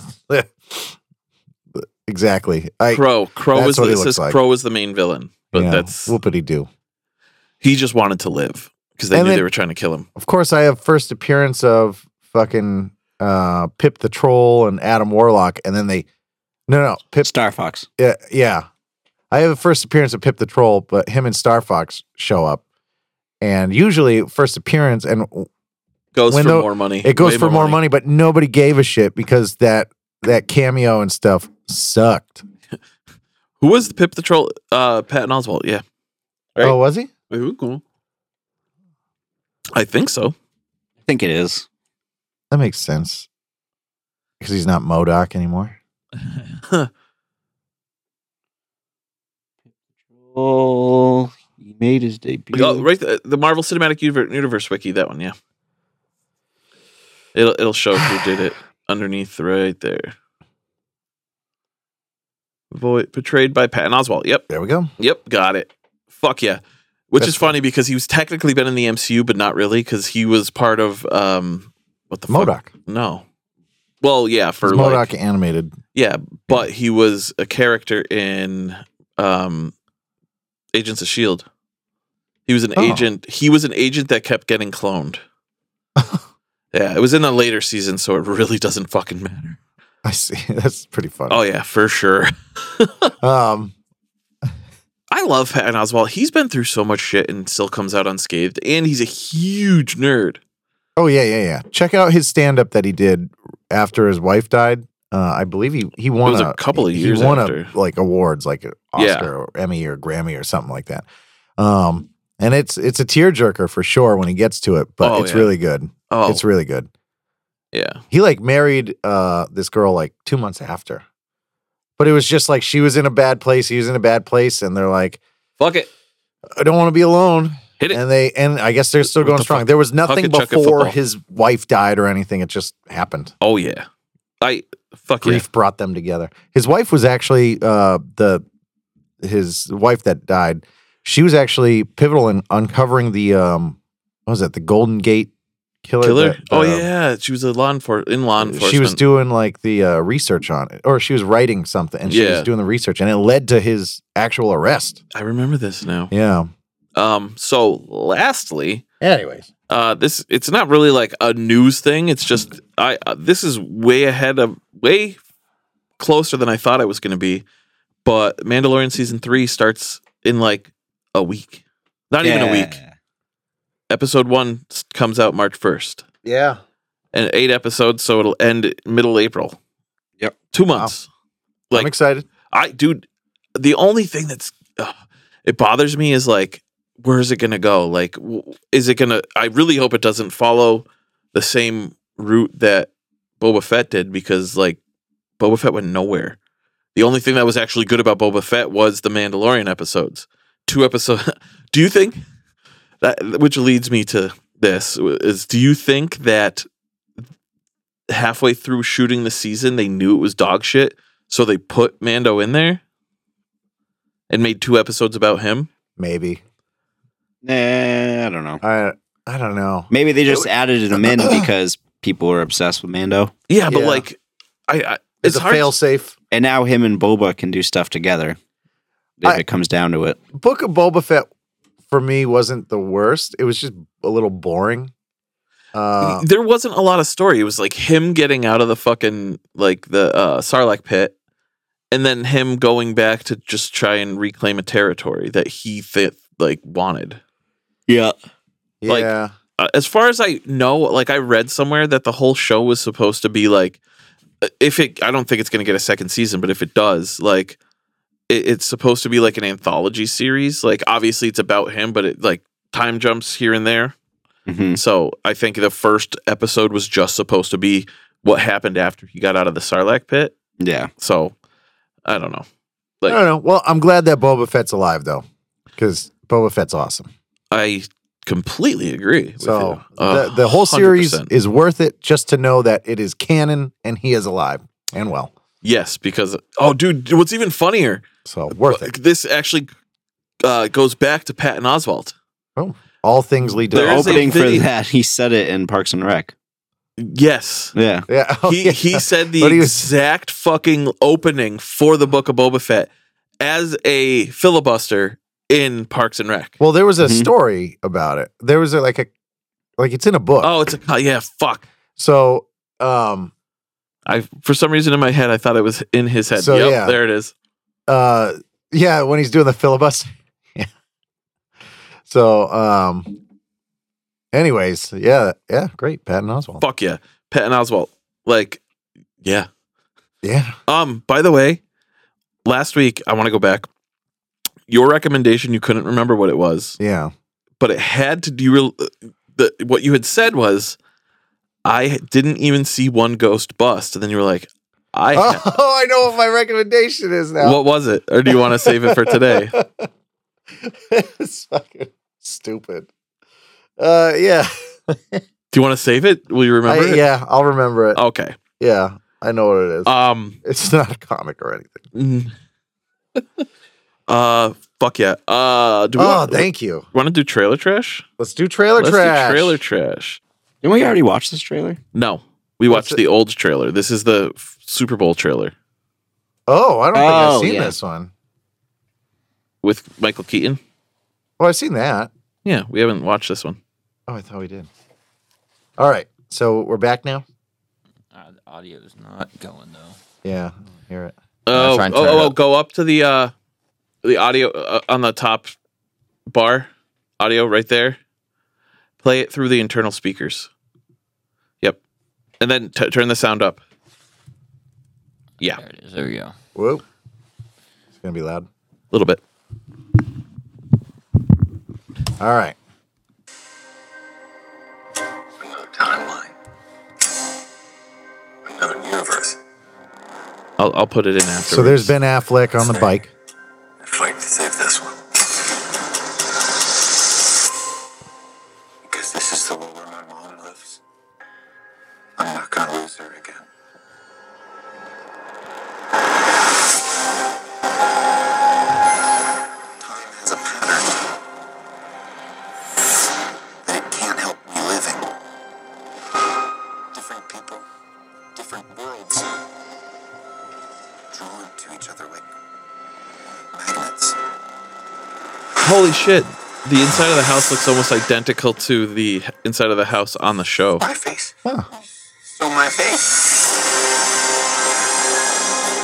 Speaker 2: exactly. I
Speaker 1: Crow Crow
Speaker 2: that's
Speaker 1: was
Speaker 2: what
Speaker 1: the,
Speaker 2: he
Speaker 1: it says
Speaker 2: looks like.
Speaker 1: Crow was the main villain, but
Speaker 2: yeah,
Speaker 1: that's
Speaker 2: whoopity doo.
Speaker 1: he just wanted to live because they
Speaker 2: And
Speaker 1: knew
Speaker 2: then-
Speaker 1: they were trying to kill him.
Speaker 2: Of course, I have first appearance of fucking uh, Pip the Troll and Adam Warlock, and then they no no Pip
Speaker 3: Star Fox.
Speaker 2: yeah yeah. I have a first appearance of Pip the Troll, but him and Star Fox show up, and usually first appearance and
Speaker 1: Goes
Speaker 2: When
Speaker 1: for
Speaker 2: the-
Speaker 1: more money.
Speaker 2: it goes
Speaker 1: way
Speaker 2: for more money, but nobody gave a shit because that that cameo and stuff sucked.
Speaker 1: Who was the Pip the Troll? Uh, Patton Oswalt. Yeah, Right.
Speaker 2: Oh, was he?
Speaker 1: Ooh, cool. I think so.
Speaker 3: I think it is.
Speaker 2: That makes sense. Because he's not Modoc anymore.
Speaker 3: Oh, he made his debut.
Speaker 1: Oh, right, the, the Marvel Cinematic Universe, Universe wiki. That one. Yeah, it'll it'll show who did it underneath right there. Void portrayed by Patton Oswalt. Yep.
Speaker 2: There we go.
Speaker 1: Yep, got it. Fuck yeah. Which
Speaker 2: That's
Speaker 1: is funny because he was technically been in the MCU, but not really because he was part of um what the fuck?
Speaker 2: Modoc.
Speaker 1: No. Well, yeah, for
Speaker 2: It's
Speaker 1: like,
Speaker 2: Modoc animated.
Speaker 1: yeah, but he was a character in um Agents of Shield. E He was an
Speaker 2: Oh.
Speaker 1: agent. He was an agent that kept getting cloned. yeah, it was in the later season, so it really doesn't fucking matter.
Speaker 2: I see. That's pretty funny.
Speaker 1: Oh yeah, for sure. Oh.
Speaker 2: Um,
Speaker 1: I love Patton Oswald. He's been through so much shit and still comes out unscathed. And he's a huge nerd.
Speaker 2: oh yeah, yeah, yeah. Check out his stand up that he did after his wife died. Uh, I believe he he won
Speaker 1: was
Speaker 2: a,
Speaker 1: a couple of
Speaker 2: he
Speaker 1: years
Speaker 2: won
Speaker 1: after.
Speaker 2: A, like awards, like an Oscar
Speaker 1: Yeah.
Speaker 2: or Emmy or Grammy or something like that. Um, and it's it's a tearjerker for sure when he gets to it, but
Speaker 1: Oh,
Speaker 2: it's
Speaker 1: yeah.
Speaker 2: really good.
Speaker 1: Oh,
Speaker 2: It's really good.
Speaker 1: yeah.
Speaker 2: he like married uh this girl like two months after but it was just like she was in a bad place he was in a bad place and they're like
Speaker 1: Fuck it.
Speaker 2: i don't want to be alone
Speaker 1: Hit it.
Speaker 2: and they and i guess they're still
Speaker 1: What
Speaker 2: going
Speaker 1: the
Speaker 2: strong
Speaker 1: fuck?
Speaker 2: there was nothing
Speaker 1: Hucka chucka
Speaker 2: before
Speaker 1: football.
Speaker 2: his wife died or anything it just happened
Speaker 1: Oh, yeah. I, fuck yeah.
Speaker 2: grief brought them together his wife was actually uh the his wife that died she was actually pivotal in uncovering the um what was that the golden gate killer
Speaker 1: Killer.
Speaker 2: that,
Speaker 1: Oh,
Speaker 2: uh,
Speaker 1: yeah. She was a law enfor- in law enforcement.
Speaker 2: she was doing like the uh, research on it, or she was writing something, and she was
Speaker 1: Yeah.
Speaker 2: doing the research, and it led to his actual arrest.
Speaker 1: I remember this now.
Speaker 2: Yeah.
Speaker 1: Um, so lastly,
Speaker 2: Anyways,
Speaker 1: uh, this, it's not really like a news thing. It's just, I, uh, this is way ahead of, way closer than I thought I was going to be. But Mandalorian season three starts in like a week. Not even a week. episode one s- comes out March 1st
Speaker 2: yeah,
Speaker 1: and eight episodes. So it'll end middle April.
Speaker 3: Yep.
Speaker 1: Two months.
Speaker 2: I'm
Speaker 1: Like
Speaker 2: excited.
Speaker 1: I, dude, the only thing that's, ugh, it bothers me is like, where is it going to go? Like, w- is it going to, I really hope it doesn't follow the same route that Boba Fett did because like Boba Fett went nowhere. The only thing that was actually good about Boba Fett was the Mandalorian episodes. Two episodes. do you think that, which leads me to this, is do you think that halfway through shooting the season, they knew it was dog shit, so they put Mando in there and made two episodes about him.
Speaker 2: Maybe
Speaker 3: Nah, I don't know.
Speaker 2: I I don't know.
Speaker 3: Maybe they just added him in because people were obsessed with Mando,
Speaker 1: Yeah, but
Speaker 2: Yeah.
Speaker 1: like, I, I
Speaker 2: It's,
Speaker 1: it's
Speaker 2: a
Speaker 1: hard.
Speaker 2: fail safe.
Speaker 3: and now him and Boba can do stuff together. If
Speaker 2: I-
Speaker 3: it comes down to it,
Speaker 2: Book of Boba Fett for me wasn't the worst. It was just a little boring. Uh,
Speaker 1: there wasn't a lot of story. It was like him getting out of the fucking like the uh, Sarlacc pit, and then him going back to just try and reclaim a territory that he fit like wanted.
Speaker 3: yeah,
Speaker 1: like-
Speaker 2: yeah,
Speaker 1: uh, as far as I know, like I read somewhere that the whole show was supposed to be like, uh, if it, I don't think it's going to get a second season, but if it does, like, it, it's supposed to be like an anthology series. Like, obviously, it's about him, but it like time jumps here and there.
Speaker 2: Mm.
Speaker 3: hmm
Speaker 1: So I think the first episode was just supposed to be what happened after he got out of the Sarlacc pit.
Speaker 3: yeah.
Speaker 1: So I don't know. like-
Speaker 2: I don't know. Well, I'm glad that Boba Fett's alive though, because Boba Fett's awesome.
Speaker 1: I completely agree. with
Speaker 2: So
Speaker 1: you. Uh,
Speaker 2: the, the whole series
Speaker 1: 100%.
Speaker 2: is worth it just to know that it is canon and he is alive and well.
Speaker 1: yes, because oh, dude, what's even funnier?
Speaker 2: So worth it.
Speaker 1: This actually uh, goes back to Patton Oswalt.
Speaker 2: All things lead to
Speaker 1: There
Speaker 3: The
Speaker 1: is a
Speaker 3: opening for
Speaker 1: video-
Speaker 3: that, he said it in Parks and Rec.
Speaker 1: Yes.
Speaker 3: Yeah,
Speaker 2: yeah. Oh,
Speaker 1: he
Speaker 2: yeah.
Speaker 1: he said the
Speaker 2: But he was-
Speaker 1: exact fucking opening for the book of Boba Fett as a filibuster in Parks and Rec.
Speaker 2: Well, there was a
Speaker 1: Mm-hmm.
Speaker 3: Mhm.
Speaker 2: story about it. There was a, like a like it's in a book.
Speaker 1: Oh, it's a oh, yeah, fuck.
Speaker 2: So um
Speaker 1: I for some reason in my head I thought it was in his head.
Speaker 2: So,
Speaker 1: yep,
Speaker 2: yeah.
Speaker 1: there it is.
Speaker 2: uh yeah, when he's doing the filibuster. yeah. So um anyways, yeah, yeah, great. Patton Oswald.
Speaker 1: Fuck yeah. Patton Oswalt. Like yeah.
Speaker 2: Yeah.
Speaker 1: Um, by the way, last week I want to go back. Your recommendation, you couldn't remember what it was.
Speaker 2: Yeah.
Speaker 1: but it had to do the what you had said was I didn't even see one ghost bust, and then you were like, I
Speaker 2: Oh, I know what my recommendation is now.
Speaker 1: what was it, or do you want to save it for today?
Speaker 2: it's fucking stupid. Uh, yeah,
Speaker 1: Do you want to save it? Will you remember?
Speaker 2: I,
Speaker 1: it? Uh,
Speaker 2: yeah, I'll remember it.
Speaker 1: Okay.
Speaker 2: Yeah, I know what it is.
Speaker 1: Um.
Speaker 2: it's not a comic or anything.
Speaker 1: mm. uh. Fuck yeah. Uh. Do we
Speaker 2: Oh,
Speaker 1: want,
Speaker 2: thank you.
Speaker 1: want to do trailer trash?
Speaker 2: Let's do trailer
Speaker 1: Let's
Speaker 2: trash.
Speaker 1: do trailer trash.
Speaker 3: didn't we already watch this trailer?
Speaker 1: No, we
Speaker 2: What's
Speaker 1: watched
Speaker 2: it-
Speaker 1: the old trailer. This is the f- Super Bowl trailer
Speaker 2: Oh, I don't think
Speaker 3: Oh,
Speaker 2: I've seen
Speaker 3: yeah.
Speaker 2: this one.
Speaker 1: with Michael Keaton.
Speaker 2: Oh, I've seen that.
Speaker 1: Yeah, we haven't watched this one.
Speaker 2: Oh, I thought we did. All right, so we're back now.
Speaker 4: Uh, the audio is not going though.
Speaker 2: Yeah, I don't hear it.
Speaker 1: Oh, oh,
Speaker 4: try and turn it
Speaker 1: oh,
Speaker 4: up.
Speaker 1: go up to the uh the audio uh, on the top bar audio right there. Play it through the internal speakers. Yep. And then t- turn the sound up. Yeah, a
Speaker 4: There it is. There we go.
Speaker 2: Whoa, it's gonna be loud.
Speaker 1: little bit.
Speaker 2: All right.
Speaker 6: Another timeline. Another universe.
Speaker 1: I'll I'll put it in after.
Speaker 2: So there's Ben Affleck on the bike.
Speaker 6: I fight to save this one. Because this is the world where my mom lives. I'm not gonna lose her again. Time has a pattern that it can't help me living. Different people, different worlds, drawn to each other like magnets.
Speaker 1: Holy shit. The inside of the house looks almost identical to the inside of the house on the show.
Speaker 6: My face.
Speaker 2: Huh.
Speaker 6: So my face.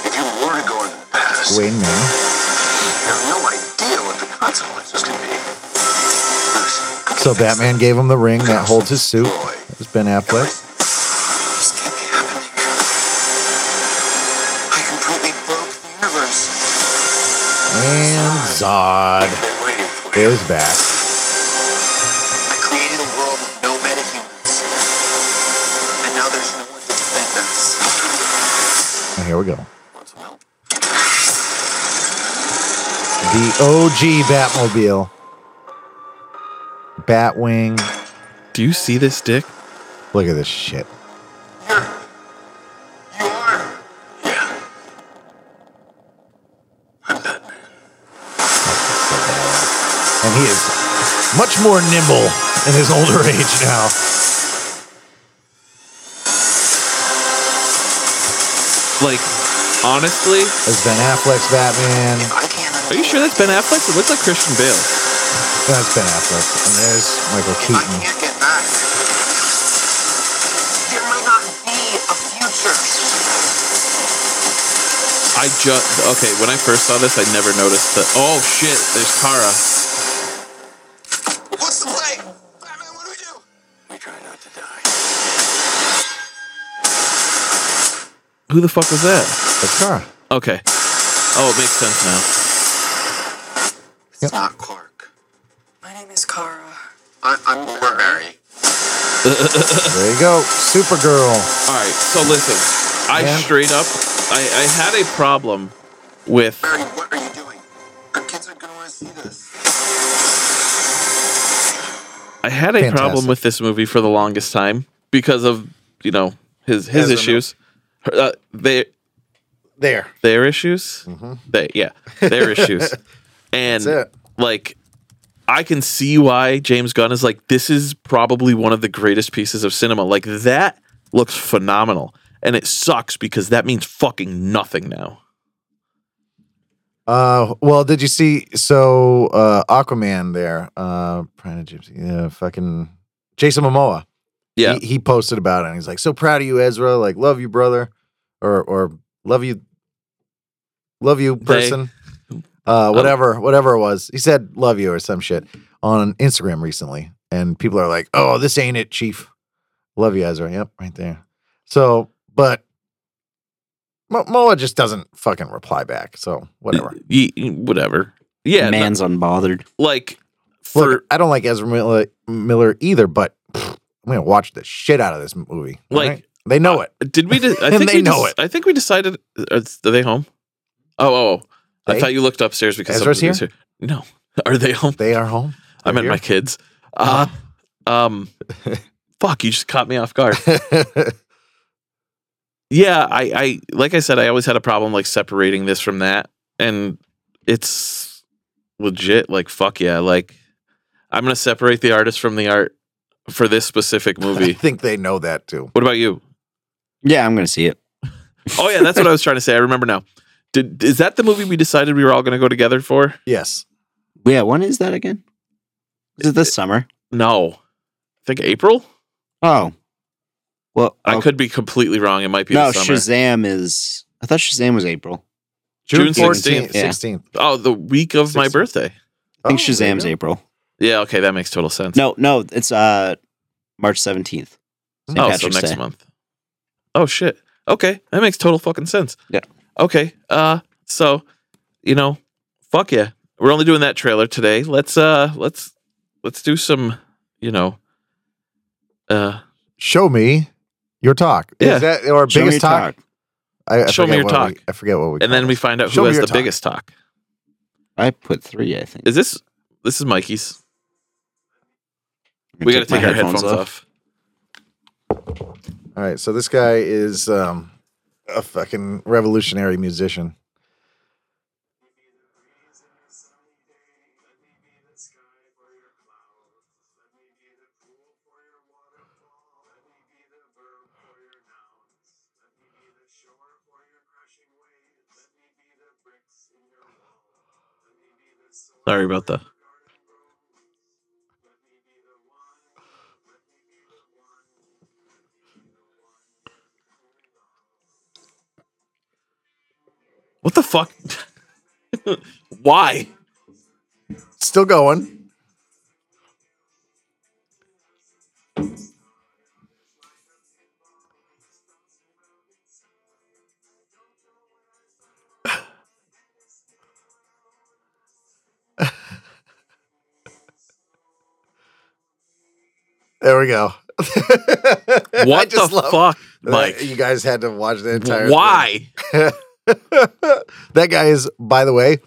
Speaker 6: If you were to go into the past,
Speaker 2: Wayne Manor.
Speaker 6: you have no idea what the consequences could be. Listen,
Speaker 2: So Batman gave him the ring that holds his suit. It's Ben Affleck.
Speaker 6: Everything- This can't be happening. I completely broke the universe.
Speaker 2: And Zod
Speaker 6: I've been waiting for you.
Speaker 2: is back.
Speaker 6: I created a world with no metahumans. And now there's no one to defend us.
Speaker 2: And here we go.
Speaker 6: Want some help?
Speaker 2: The OG Batmobile. Batwing.
Speaker 1: Do you see this dick?
Speaker 2: Look at this shit.
Speaker 6: You're
Speaker 2: and he is much more nimble in his older age now.
Speaker 1: Like, honestly,
Speaker 2: As Ben Affleck's Batman,
Speaker 6: I can't.
Speaker 1: are you sure that's Ben Affleck? It looks like Christian Bale.
Speaker 2: that's Ben Affleck, and there's Michael
Speaker 6: If I
Speaker 2: Keaton.
Speaker 6: can't get back, there might not be a future.
Speaker 1: I just okay. When I first saw this, I never noticed that. Oh shit! There's Kara.
Speaker 6: What's the play? Batman, what do we do? We try not to die.
Speaker 1: Who the fuck was that?
Speaker 2: That's Kara.
Speaker 1: Okay. Oh, it makes sense now.
Speaker 6: It's not Clark. My name is Kara. I- I'm Barry.
Speaker 2: There you go, Supergirl.
Speaker 1: All right. So listen, I
Speaker 2: Yeah.
Speaker 1: straight up, I, I had a problem with
Speaker 6: Barry, what are you doing? Our kids are gonna want to see this.
Speaker 1: I had a
Speaker 2: Fantastic.
Speaker 1: problem with this movie for the longest time because of you know his his
Speaker 2: Ezra
Speaker 1: issues, Her- uh, their
Speaker 2: There. Mm-hmm.
Speaker 1: their issues, they yeah their issues, and
Speaker 2: That's it.
Speaker 1: like I can see why James Gunn is like this is probably one of the greatest pieces of cinema. Like that looks phenomenal, and it sucks because that means fucking nothing now.
Speaker 2: Uh, well, did you see? So uh, Aquaman there, uh, Pride of Gypsy, uh, fucking Jason Momoa.
Speaker 1: Yeah,
Speaker 2: he, he posted about it, and he's like, "So proud of you, Ezra. Like, love you, brother, or or love you, love you, person,
Speaker 1: Oh.
Speaker 2: uh, whatever, whatever it was." He said, "Love you" or some shit on Instagram recently, and people are like, "Oh, this ain't it, Chief. Love you, Ezra. Yep, right there." So, but Mo- Moa just doesn't fucking reply back. So whatever.
Speaker 1: Y- y- whatever. Yeah, no-
Speaker 3: Man's unbothered.
Speaker 1: like for
Speaker 2: Look, I don't like Ezra Miller, Miller either, but pfft, I'm gonna watch the shit out of this movie. all
Speaker 1: Like-
Speaker 2: right? they know it.
Speaker 1: Did we? De- I
Speaker 2: And
Speaker 1: think
Speaker 2: they
Speaker 1: we
Speaker 2: know
Speaker 1: des-
Speaker 2: it.
Speaker 1: I think we decided. Are, are they home? Oh, oh, oh. I
Speaker 2: They?
Speaker 1: thought you looked upstairs because
Speaker 2: Ezra's
Speaker 1: something was here. No, are they home?
Speaker 2: They are home.
Speaker 1: I meant
Speaker 2: here. Uh-huh.
Speaker 1: my kids. Uh, um, fuck, you just caught me off guard. Yeah, I, I, like I said, I always had a problem like separating this from that, and it's legit. Like fuck yeah, like I'm gonna separate the artist from the art for this specific
Speaker 2: I
Speaker 1: movie.
Speaker 2: think they know that too.
Speaker 1: what about you?
Speaker 3: Yeah, I'm gonna see it.
Speaker 1: Oh yeah, that's what I was trying to say. I remember now. Did is that the movie we decided we were all going to go together for?
Speaker 2: Yes.
Speaker 3: Yeah, when is that again? Is it this summer?
Speaker 1: No, I think April.
Speaker 3: Oh, well,
Speaker 1: I
Speaker 3: oh,
Speaker 1: could be completely wrong. It might be
Speaker 3: No,
Speaker 1: the summer.
Speaker 3: Shazam is. I thought Shazam was April.
Speaker 1: June
Speaker 2: 14th,
Speaker 1: 16th.
Speaker 3: Yeah.
Speaker 2: 16th.
Speaker 1: Oh, the week of my
Speaker 2: 16th.
Speaker 1: birthday.
Speaker 3: I think
Speaker 2: Oh, there you
Speaker 3: Shazam's
Speaker 2: go.
Speaker 3: April.
Speaker 1: Yeah, okay, that makes total sense.
Speaker 3: No, no, it's uh March 17th. St.
Speaker 1: oh,
Speaker 3: Patrick's
Speaker 1: so next
Speaker 3: Day.
Speaker 1: month. Oh shit. Okay, that makes total fucking sense.
Speaker 3: Yeah.
Speaker 1: Okay. Uh, so you know, fuck yeah, we're only doing that trailer today. Let's uh, let's let's do some, you know, uh,
Speaker 2: Show me your talk.
Speaker 1: Yeah.
Speaker 2: Is that our
Speaker 3: Show me
Speaker 2: biggest
Speaker 3: your
Speaker 2: talk? I, I
Speaker 1: Show me
Speaker 2: forget
Speaker 1: your
Speaker 2: what
Speaker 1: talk.
Speaker 2: we- I forget what we
Speaker 1: and
Speaker 2: call
Speaker 1: then we
Speaker 2: it.
Speaker 1: find out who
Speaker 2: Show me
Speaker 1: has
Speaker 2: your
Speaker 1: the
Speaker 2: talk.
Speaker 1: biggest talk.
Speaker 3: I put three. I think
Speaker 1: Is this this is Mikey's?
Speaker 3: I'm
Speaker 1: we
Speaker 3: gonna
Speaker 1: got to take
Speaker 3: my
Speaker 1: our headphones off.
Speaker 2: All right. So this guy is um, a fucking revolutionary musician.
Speaker 1: Sorry about that. What the fuck? Why?
Speaker 2: Still going. There we go. I
Speaker 1: What the
Speaker 2: just love
Speaker 1: fuck,
Speaker 2: that
Speaker 1: Mike?
Speaker 2: You guys had to watch the entire thing.
Speaker 1: Why?
Speaker 2: that guy is, by the way,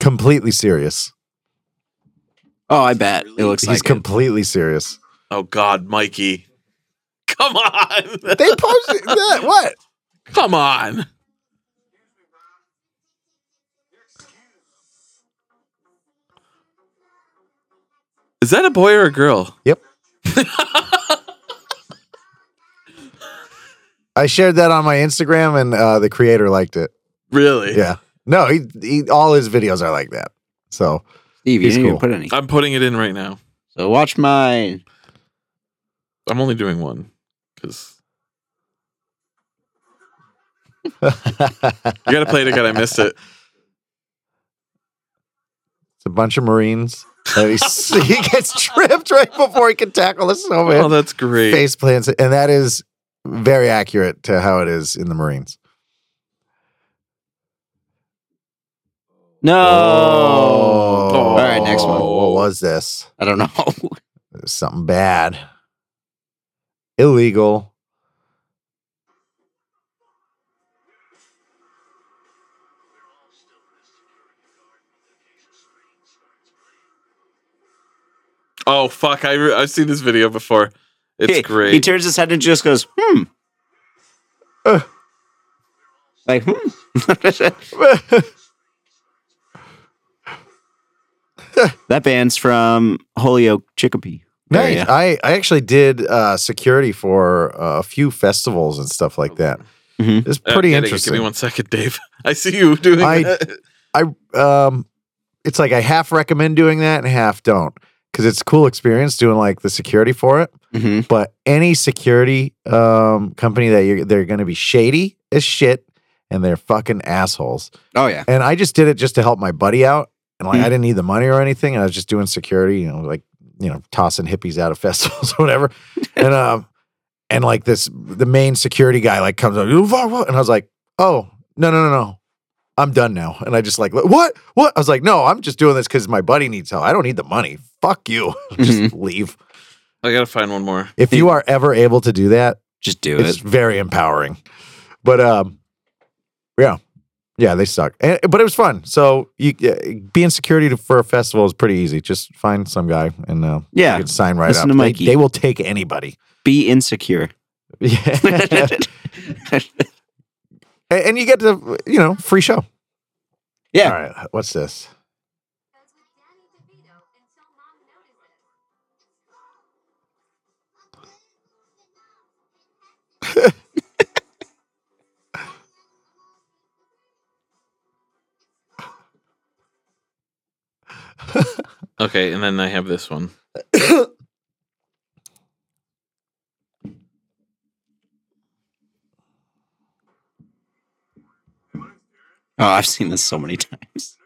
Speaker 2: completely serious.
Speaker 3: Oh, I bet it looks
Speaker 2: He's
Speaker 3: like it.
Speaker 2: completely serious.
Speaker 1: Oh God, Mikey! Come on!
Speaker 2: They posted that. What?
Speaker 1: Come on! Is that a boy or a girl?
Speaker 2: Yep. I shared that on my Instagram, and uh, the creator liked it.
Speaker 1: Really?
Speaker 2: Yeah. No, he, he all his videos are like that. So
Speaker 3: Steve, you
Speaker 2: He's
Speaker 3: didn't
Speaker 2: cool.
Speaker 3: even put any.
Speaker 1: I'm putting it in right now.
Speaker 3: So watch mine.
Speaker 1: I'm only doing one because
Speaker 2: it's
Speaker 1: you got to play it again. I missed it.
Speaker 2: a bunch of Marines. And he's- he gets tripped right before he can tackle the snowman.
Speaker 1: Oh, that's great.
Speaker 2: face plants, and that is very accurate to how it is in the Marines.
Speaker 3: No.
Speaker 2: Oh.
Speaker 1: All
Speaker 3: Oh. right, next one.
Speaker 2: What was this?
Speaker 3: I don't know.
Speaker 2: It was something bad. Illegal.
Speaker 1: Oh fuck! I re- I've seen this video before. It's
Speaker 3: He-
Speaker 1: great.
Speaker 3: He turns his head and just goes, hmm.
Speaker 2: Uh.
Speaker 3: Like, hmm. that band's from Holyoke, Chicopee.
Speaker 2: nice.
Speaker 3: area.
Speaker 2: I, I actually did uh, security for uh, a few festivals and stuff like that.
Speaker 3: Mhm.
Speaker 2: It's
Speaker 1: Oh, Uh,
Speaker 2: pretty
Speaker 1: get it.
Speaker 2: interesting.
Speaker 1: Give me one second, Dave. I see you doing
Speaker 2: I-
Speaker 1: that.
Speaker 2: I um, it's like I half recommend doing that and half don't because it's a cool experience doing like the security for it.
Speaker 3: Mhm.
Speaker 2: But any security um company that you're they're going to be shady as shit and they're fucking assholes.
Speaker 3: Oh, yeah.
Speaker 2: And I just did it just to help my buddy out, and like
Speaker 3: Hmm.
Speaker 2: I didn't need the money or anything. And I was just doing security, you know, like you know tossing hippies out of festivals or whatever. And um, and like this the main security guy like comes up, "You fuck what?" and I was like, oh no no no no. I'm done now. And I just like, what? What? I was like, no, I'm just doing this because my buddy needs help. I don't need the money. Fuck you. just leave.
Speaker 1: I gotta find one more.
Speaker 2: If you are ever able to do that,
Speaker 3: Just do
Speaker 2: it's
Speaker 3: it.
Speaker 2: very empowering. But um, yeah, yeah, they suck. And, but it was fun. So you yeah, being security to, for a festival is pretty easy. Just find some guy and uh, you
Speaker 3: Yeah.
Speaker 2: can sign right
Speaker 3: Listen
Speaker 2: up.
Speaker 3: to
Speaker 2: They-
Speaker 3: Mikey.
Speaker 2: They, will take anybody.
Speaker 3: Be insecure.
Speaker 2: Yeah. and, and you get to you know free show.
Speaker 3: Yeah.
Speaker 2: All right. What's this?
Speaker 1: Okay, and then I have this one.
Speaker 3: Oh, I've seen this so many times.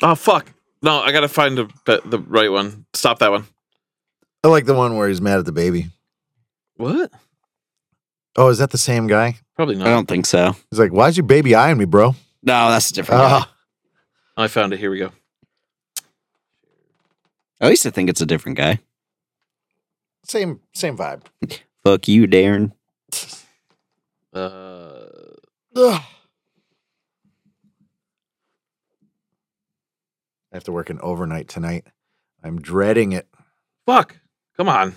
Speaker 1: Oh fuck! No, I gotta find the the- the right one. Stop that one.
Speaker 2: I like the one where he's mad at the baby.
Speaker 1: What?
Speaker 2: Oh, is that the same guy?
Speaker 1: Probably
Speaker 3: I
Speaker 1: not.
Speaker 3: don't think so.
Speaker 2: He's like, "Why's your baby eyeing me, bro?"
Speaker 3: No, that's a different. guy.
Speaker 2: Ah,
Speaker 1: I found it. Here we go.
Speaker 3: At least I think it's a different guy.
Speaker 2: same same vibe.
Speaker 3: Fuck you, Darren.
Speaker 1: Uh,
Speaker 2: Ugh. I have to work an overnight tonight. I'm dreading it.
Speaker 1: fuck! Come on.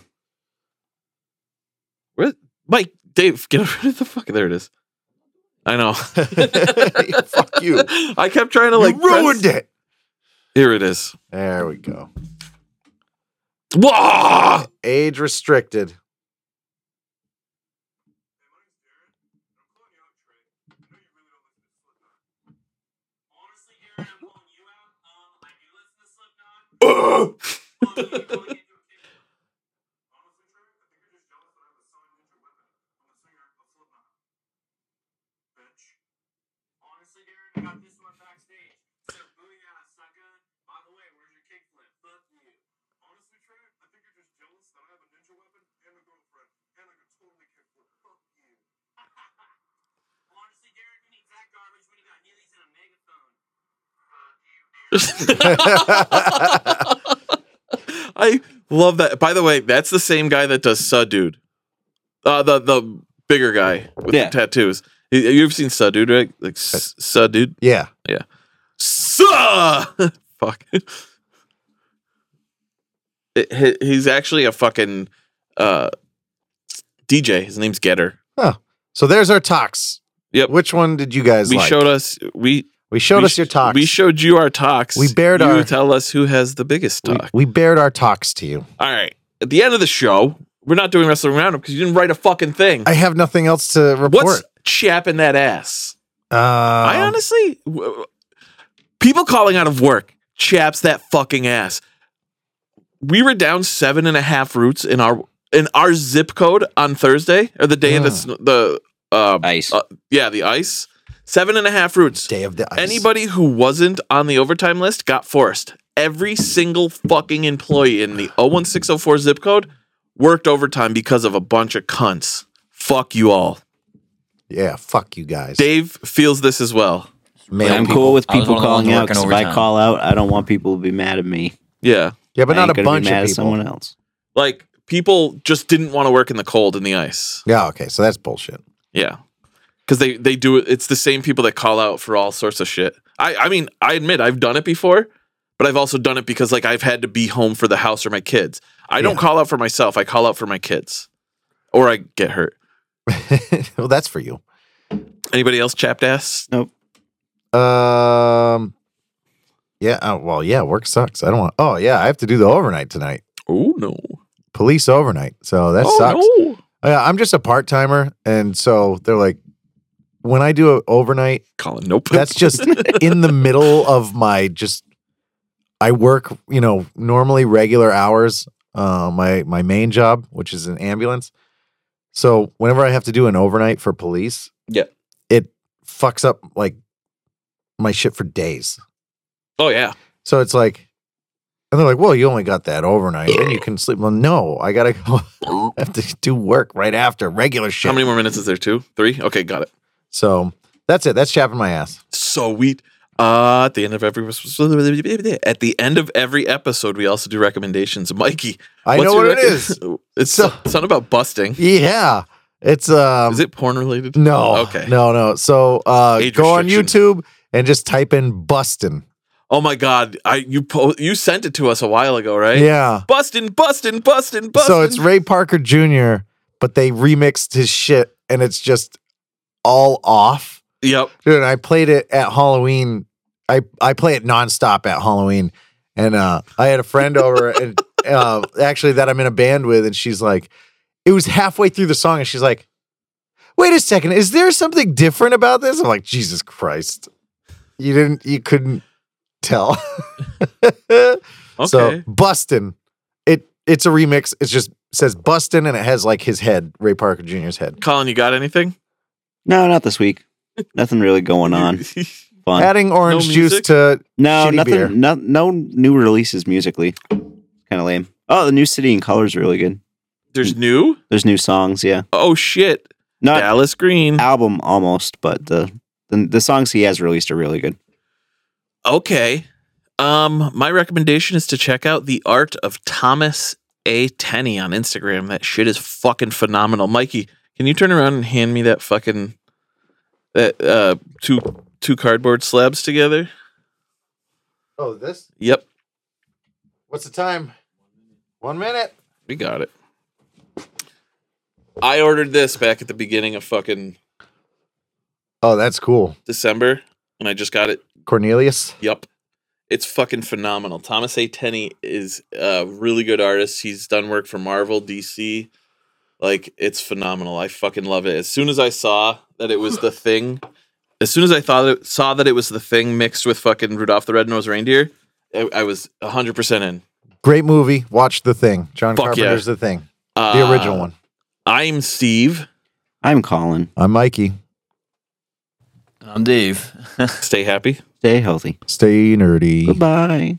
Speaker 1: Where? Mike, Dave, get rid of the fuck. There it is. I know.
Speaker 2: Fuck you.
Speaker 1: I kept trying to like
Speaker 2: you ruined
Speaker 1: press-
Speaker 2: it.
Speaker 1: Here it is.
Speaker 2: There we go.
Speaker 1: Wah!
Speaker 2: Age restricted.
Speaker 1: I love that. By the way, that's the same guy that does Suh Dude. Uh, the the bigger guy with
Speaker 3: Yeah.
Speaker 1: the tattoos. You, you ever seen Suh Dude, right? Like
Speaker 2: Uh,
Speaker 1: S- Suh Dude?
Speaker 2: Yeah.
Speaker 1: Suh! Fuck. It- he- he's actually a fucking uh, DJ. His name's Getter.
Speaker 2: So there's our talks.
Speaker 1: Yep.
Speaker 2: Which one did you guys
Speaker 1: we
Speaker 2: like?
Speaker 1: showed us we
Speaker 2: we showed
Speaker 1: we
Speaker 2: us your
Speaker 1: sh-
Speaker 2: talks.
Speaker 1: We showed you our talks.
Speaker 2: We bared
Speaker 1: you
Speaker 2: our-
Speaker 1: tell us who has the biggest
Speaker 2: we,
Speaker 1: talk.
Speaker 2: we bared our talks to you.
Speaker 1: All right. At the end of the show, we're not doing wrestling roundup because you didn't write a fucking thing.
Speaker 2: I have nothing else to report.
Speaker 1: What's chapping that ass?
Speaker 2: uh,
Speaker 1: I honestly, w- w- people calling out of work chaps that fucking ass. We were down seven and a half roots in our in our zip code on Thursday or the day of the
Speaker 2: Ugh.
Speaker 1: sn- the uh,
Speaker 4: Ice.
Speaker 1: Uh, yeah the ice seven and a half roots.
Speaker 2: Day of the ice.
Speaker 1: Anybody who wasn't on the overtime list got forced. Every single fucking employee in the 01604 zip code worked overtime because of a bunch of cunts. Fuck you all.
Speaker 2: Yeah, fuck you guys.
Speaker 1: Dave feels this as well.
Speaker 2: Male
Speaker 3: I'm
Speaker 2: people.
Speaker 3: cool with
Speaker 4: I was
Speaker 3: people
Speaker 4: one of the ones
Speaker 3: calling out
Speaker 4: working
Speaker 3: 'cause if I
Speaker 4: overtime.
Speaker 3: call out, I don't want people to be mad at me.
Speaker 1: Yeah.
Speaker 2: Yeah, but
Speaker 3: I
Speaker 2: not
Speaker 3: ain't
Speaker 2: a
Speaker 3: gonna
Speaker 2: bunch
Speaker 3: be mad
Speaker 2: of
Speaker 3: at
Speaker 2: people.
Speaker 3: someone else.
Speaker 1: Like people just didn't want to work in the cold in the ice.
Speaker 2: Yeah, okay. So that's bullshit.
Speaker 1: Yeah. Cause they, they do it. It's the same people that call out for all sorts of shit. I, I mean, I admit I've done it before, but I've also done it because like I've had to be home for the house or my kids. I don't
Speaker 2: Yeah.
Speaker 1: call out for myself. I call out for my kids or I get hurt.
Speaker 2: well, that's for you.
Speaker 1: Anybody else chapped ass?
Speaker 2: Um. Yeah. Uh, well, yeah. Work sucks. I don't want. Oh, yeah. I have to do the overnight tonight.
Speaker 1: Oh no!
Speaker 2: Police overnight. So that
Speaker 1: oh
Speaker 2: sucks.
Speaker 1: no!
Speaker 2: Uh, I'm just a part timer, and so they're like, when I do a overnight,
Speaker 1: Colin, nope.
Speaker 2: that's just in the middle of my just. I work, you know, normally regular hours. Uh, my my main job, which is an ambulance. So whenever I have to do an overnight for police,
Speaker 1: Yeah.
Speaker 2: it fucks up like my shit for days.
Speaker 1: oh yeah.
Speaker 2: So it's like, and they're like, well, you only got that overnight, and you can sleep. Well, no, I gotta go. I have to do work right after regular shit.
Speaker 1: How many more minutes is there? Two, three. Okay, got it.
Speaker 2: So that's it. That's chapping my ass.
Speaker 1: Sweet. Uh, at the end of every at the end of every episode, we also do recommendations. Mikey,
Speaker 2: I
Speaker 1: what's
Speaker 2: know
Speaker 1: your
Speaker 2: what it
Speaker 1: recom-
Speaker 2: is.
Speaker 1: It's
Speaker 2: So-
Speaker 1: something about busting.
Speaker 2: Yeah, it's um.
Speaker 1: is it porn related?
Speaker 2: No.
Speaker 1: Okay.
Speaker 2: No. No. So uh,
Speaker 1: Age
Speaker 2: go on
Speaker 1: restriction.
Speaker 2: YouTube and just type in bustin.
Speaker 1: Oh my god! I you po- you sent it to us a while ago, right?
Speaker 2: Yeah.
Speaker 1: Busting, busting, busting, busting.
Speaker 2: So it's Ray Parker Jr., but they remixed his shit, and it's just all off.
Speaker 1: yep.
Speaker 2: dude. and I played it at Halloween. I I play it nonstop at Halloween, and uh, I had a friend over, and uh, actually that I'm in a band with, and she's like, it was halfway through the song, and she's like, wait a second, is there something different about this? I'm like, Jesus Christ, you didn't, you couldn't tell.
Speaker 1: Okay.
Speaker 2: So Bustin, it it's a remix. It just says Bustin, and it has like his head, Ray Parker Jr.'s head.
Speaker 1: Colin, you got anything?
Speaker 3: No, not this week. Nothing really going on. Fun.
Speaker 2: Adding orange juice
Speaker 1: music?
Speaker 2: to
Speaker 3: No,
Speaker 2: Shitty beer.
Speaker 3: nothing. No, no new releases musically. Kind of lame. Oh, the new City and Colors really good.
Speaker 1: There's new.
Speaker 3: There's new songs. Yeah,
Speaker 1: Oh shit!
Speaker 3: not
Speaker 1: Dallas Green.
Speaker 3: album almost, but the, the the songs he has released are really good.
Speaker 1: Okay. Um, my recommendation is to check out the art of Thomas A. Tenney on Instagram. That shit is fucking phenomenal. Mikey, can you turn around and hand me that fucking that uh two two cardboard slabs together?
Speaker 2: Oh, this?
Speaker 1: Yep,
Speaker 2: What's the time? One minute.
Speaker 1: we got it. I ordered this back at the beginning of fucking
Speaker 2: Oh, that's cool.
Speaker 1: December, and I just got it
Speaker 2: Cornelius.
Speaker 1: Yep. It's fucking phenomenal. Thomas A. Tenney is a really good artist. He's done work for Marvel, DC. Like, it's phenomenal. I fucking love it. As soon as I saw that it was the thing, as soon as I thought it, saw that it was the thing mixed with fucking Rudolph the Red-Nosed Reindeer, I, I was 100% in.
Speaker 2: Great movie. Watch The Thing. John
Speaker 1: Fuck
Speaker 2: Carpenter's The Thing.
Speaker 1: Uh,
Speaker 2: The original one.
Speaker 1: I'm Steve.
Speaker 3: I'm Colin.
Speaker 2: I'm Mikey.
Speaker 4: I'm Dave.
Speaker 1: Stay happy.
Speaker 3: Stay healthy.
Speaker 2: Stay nerdy.
Speaker 3: Goodbye.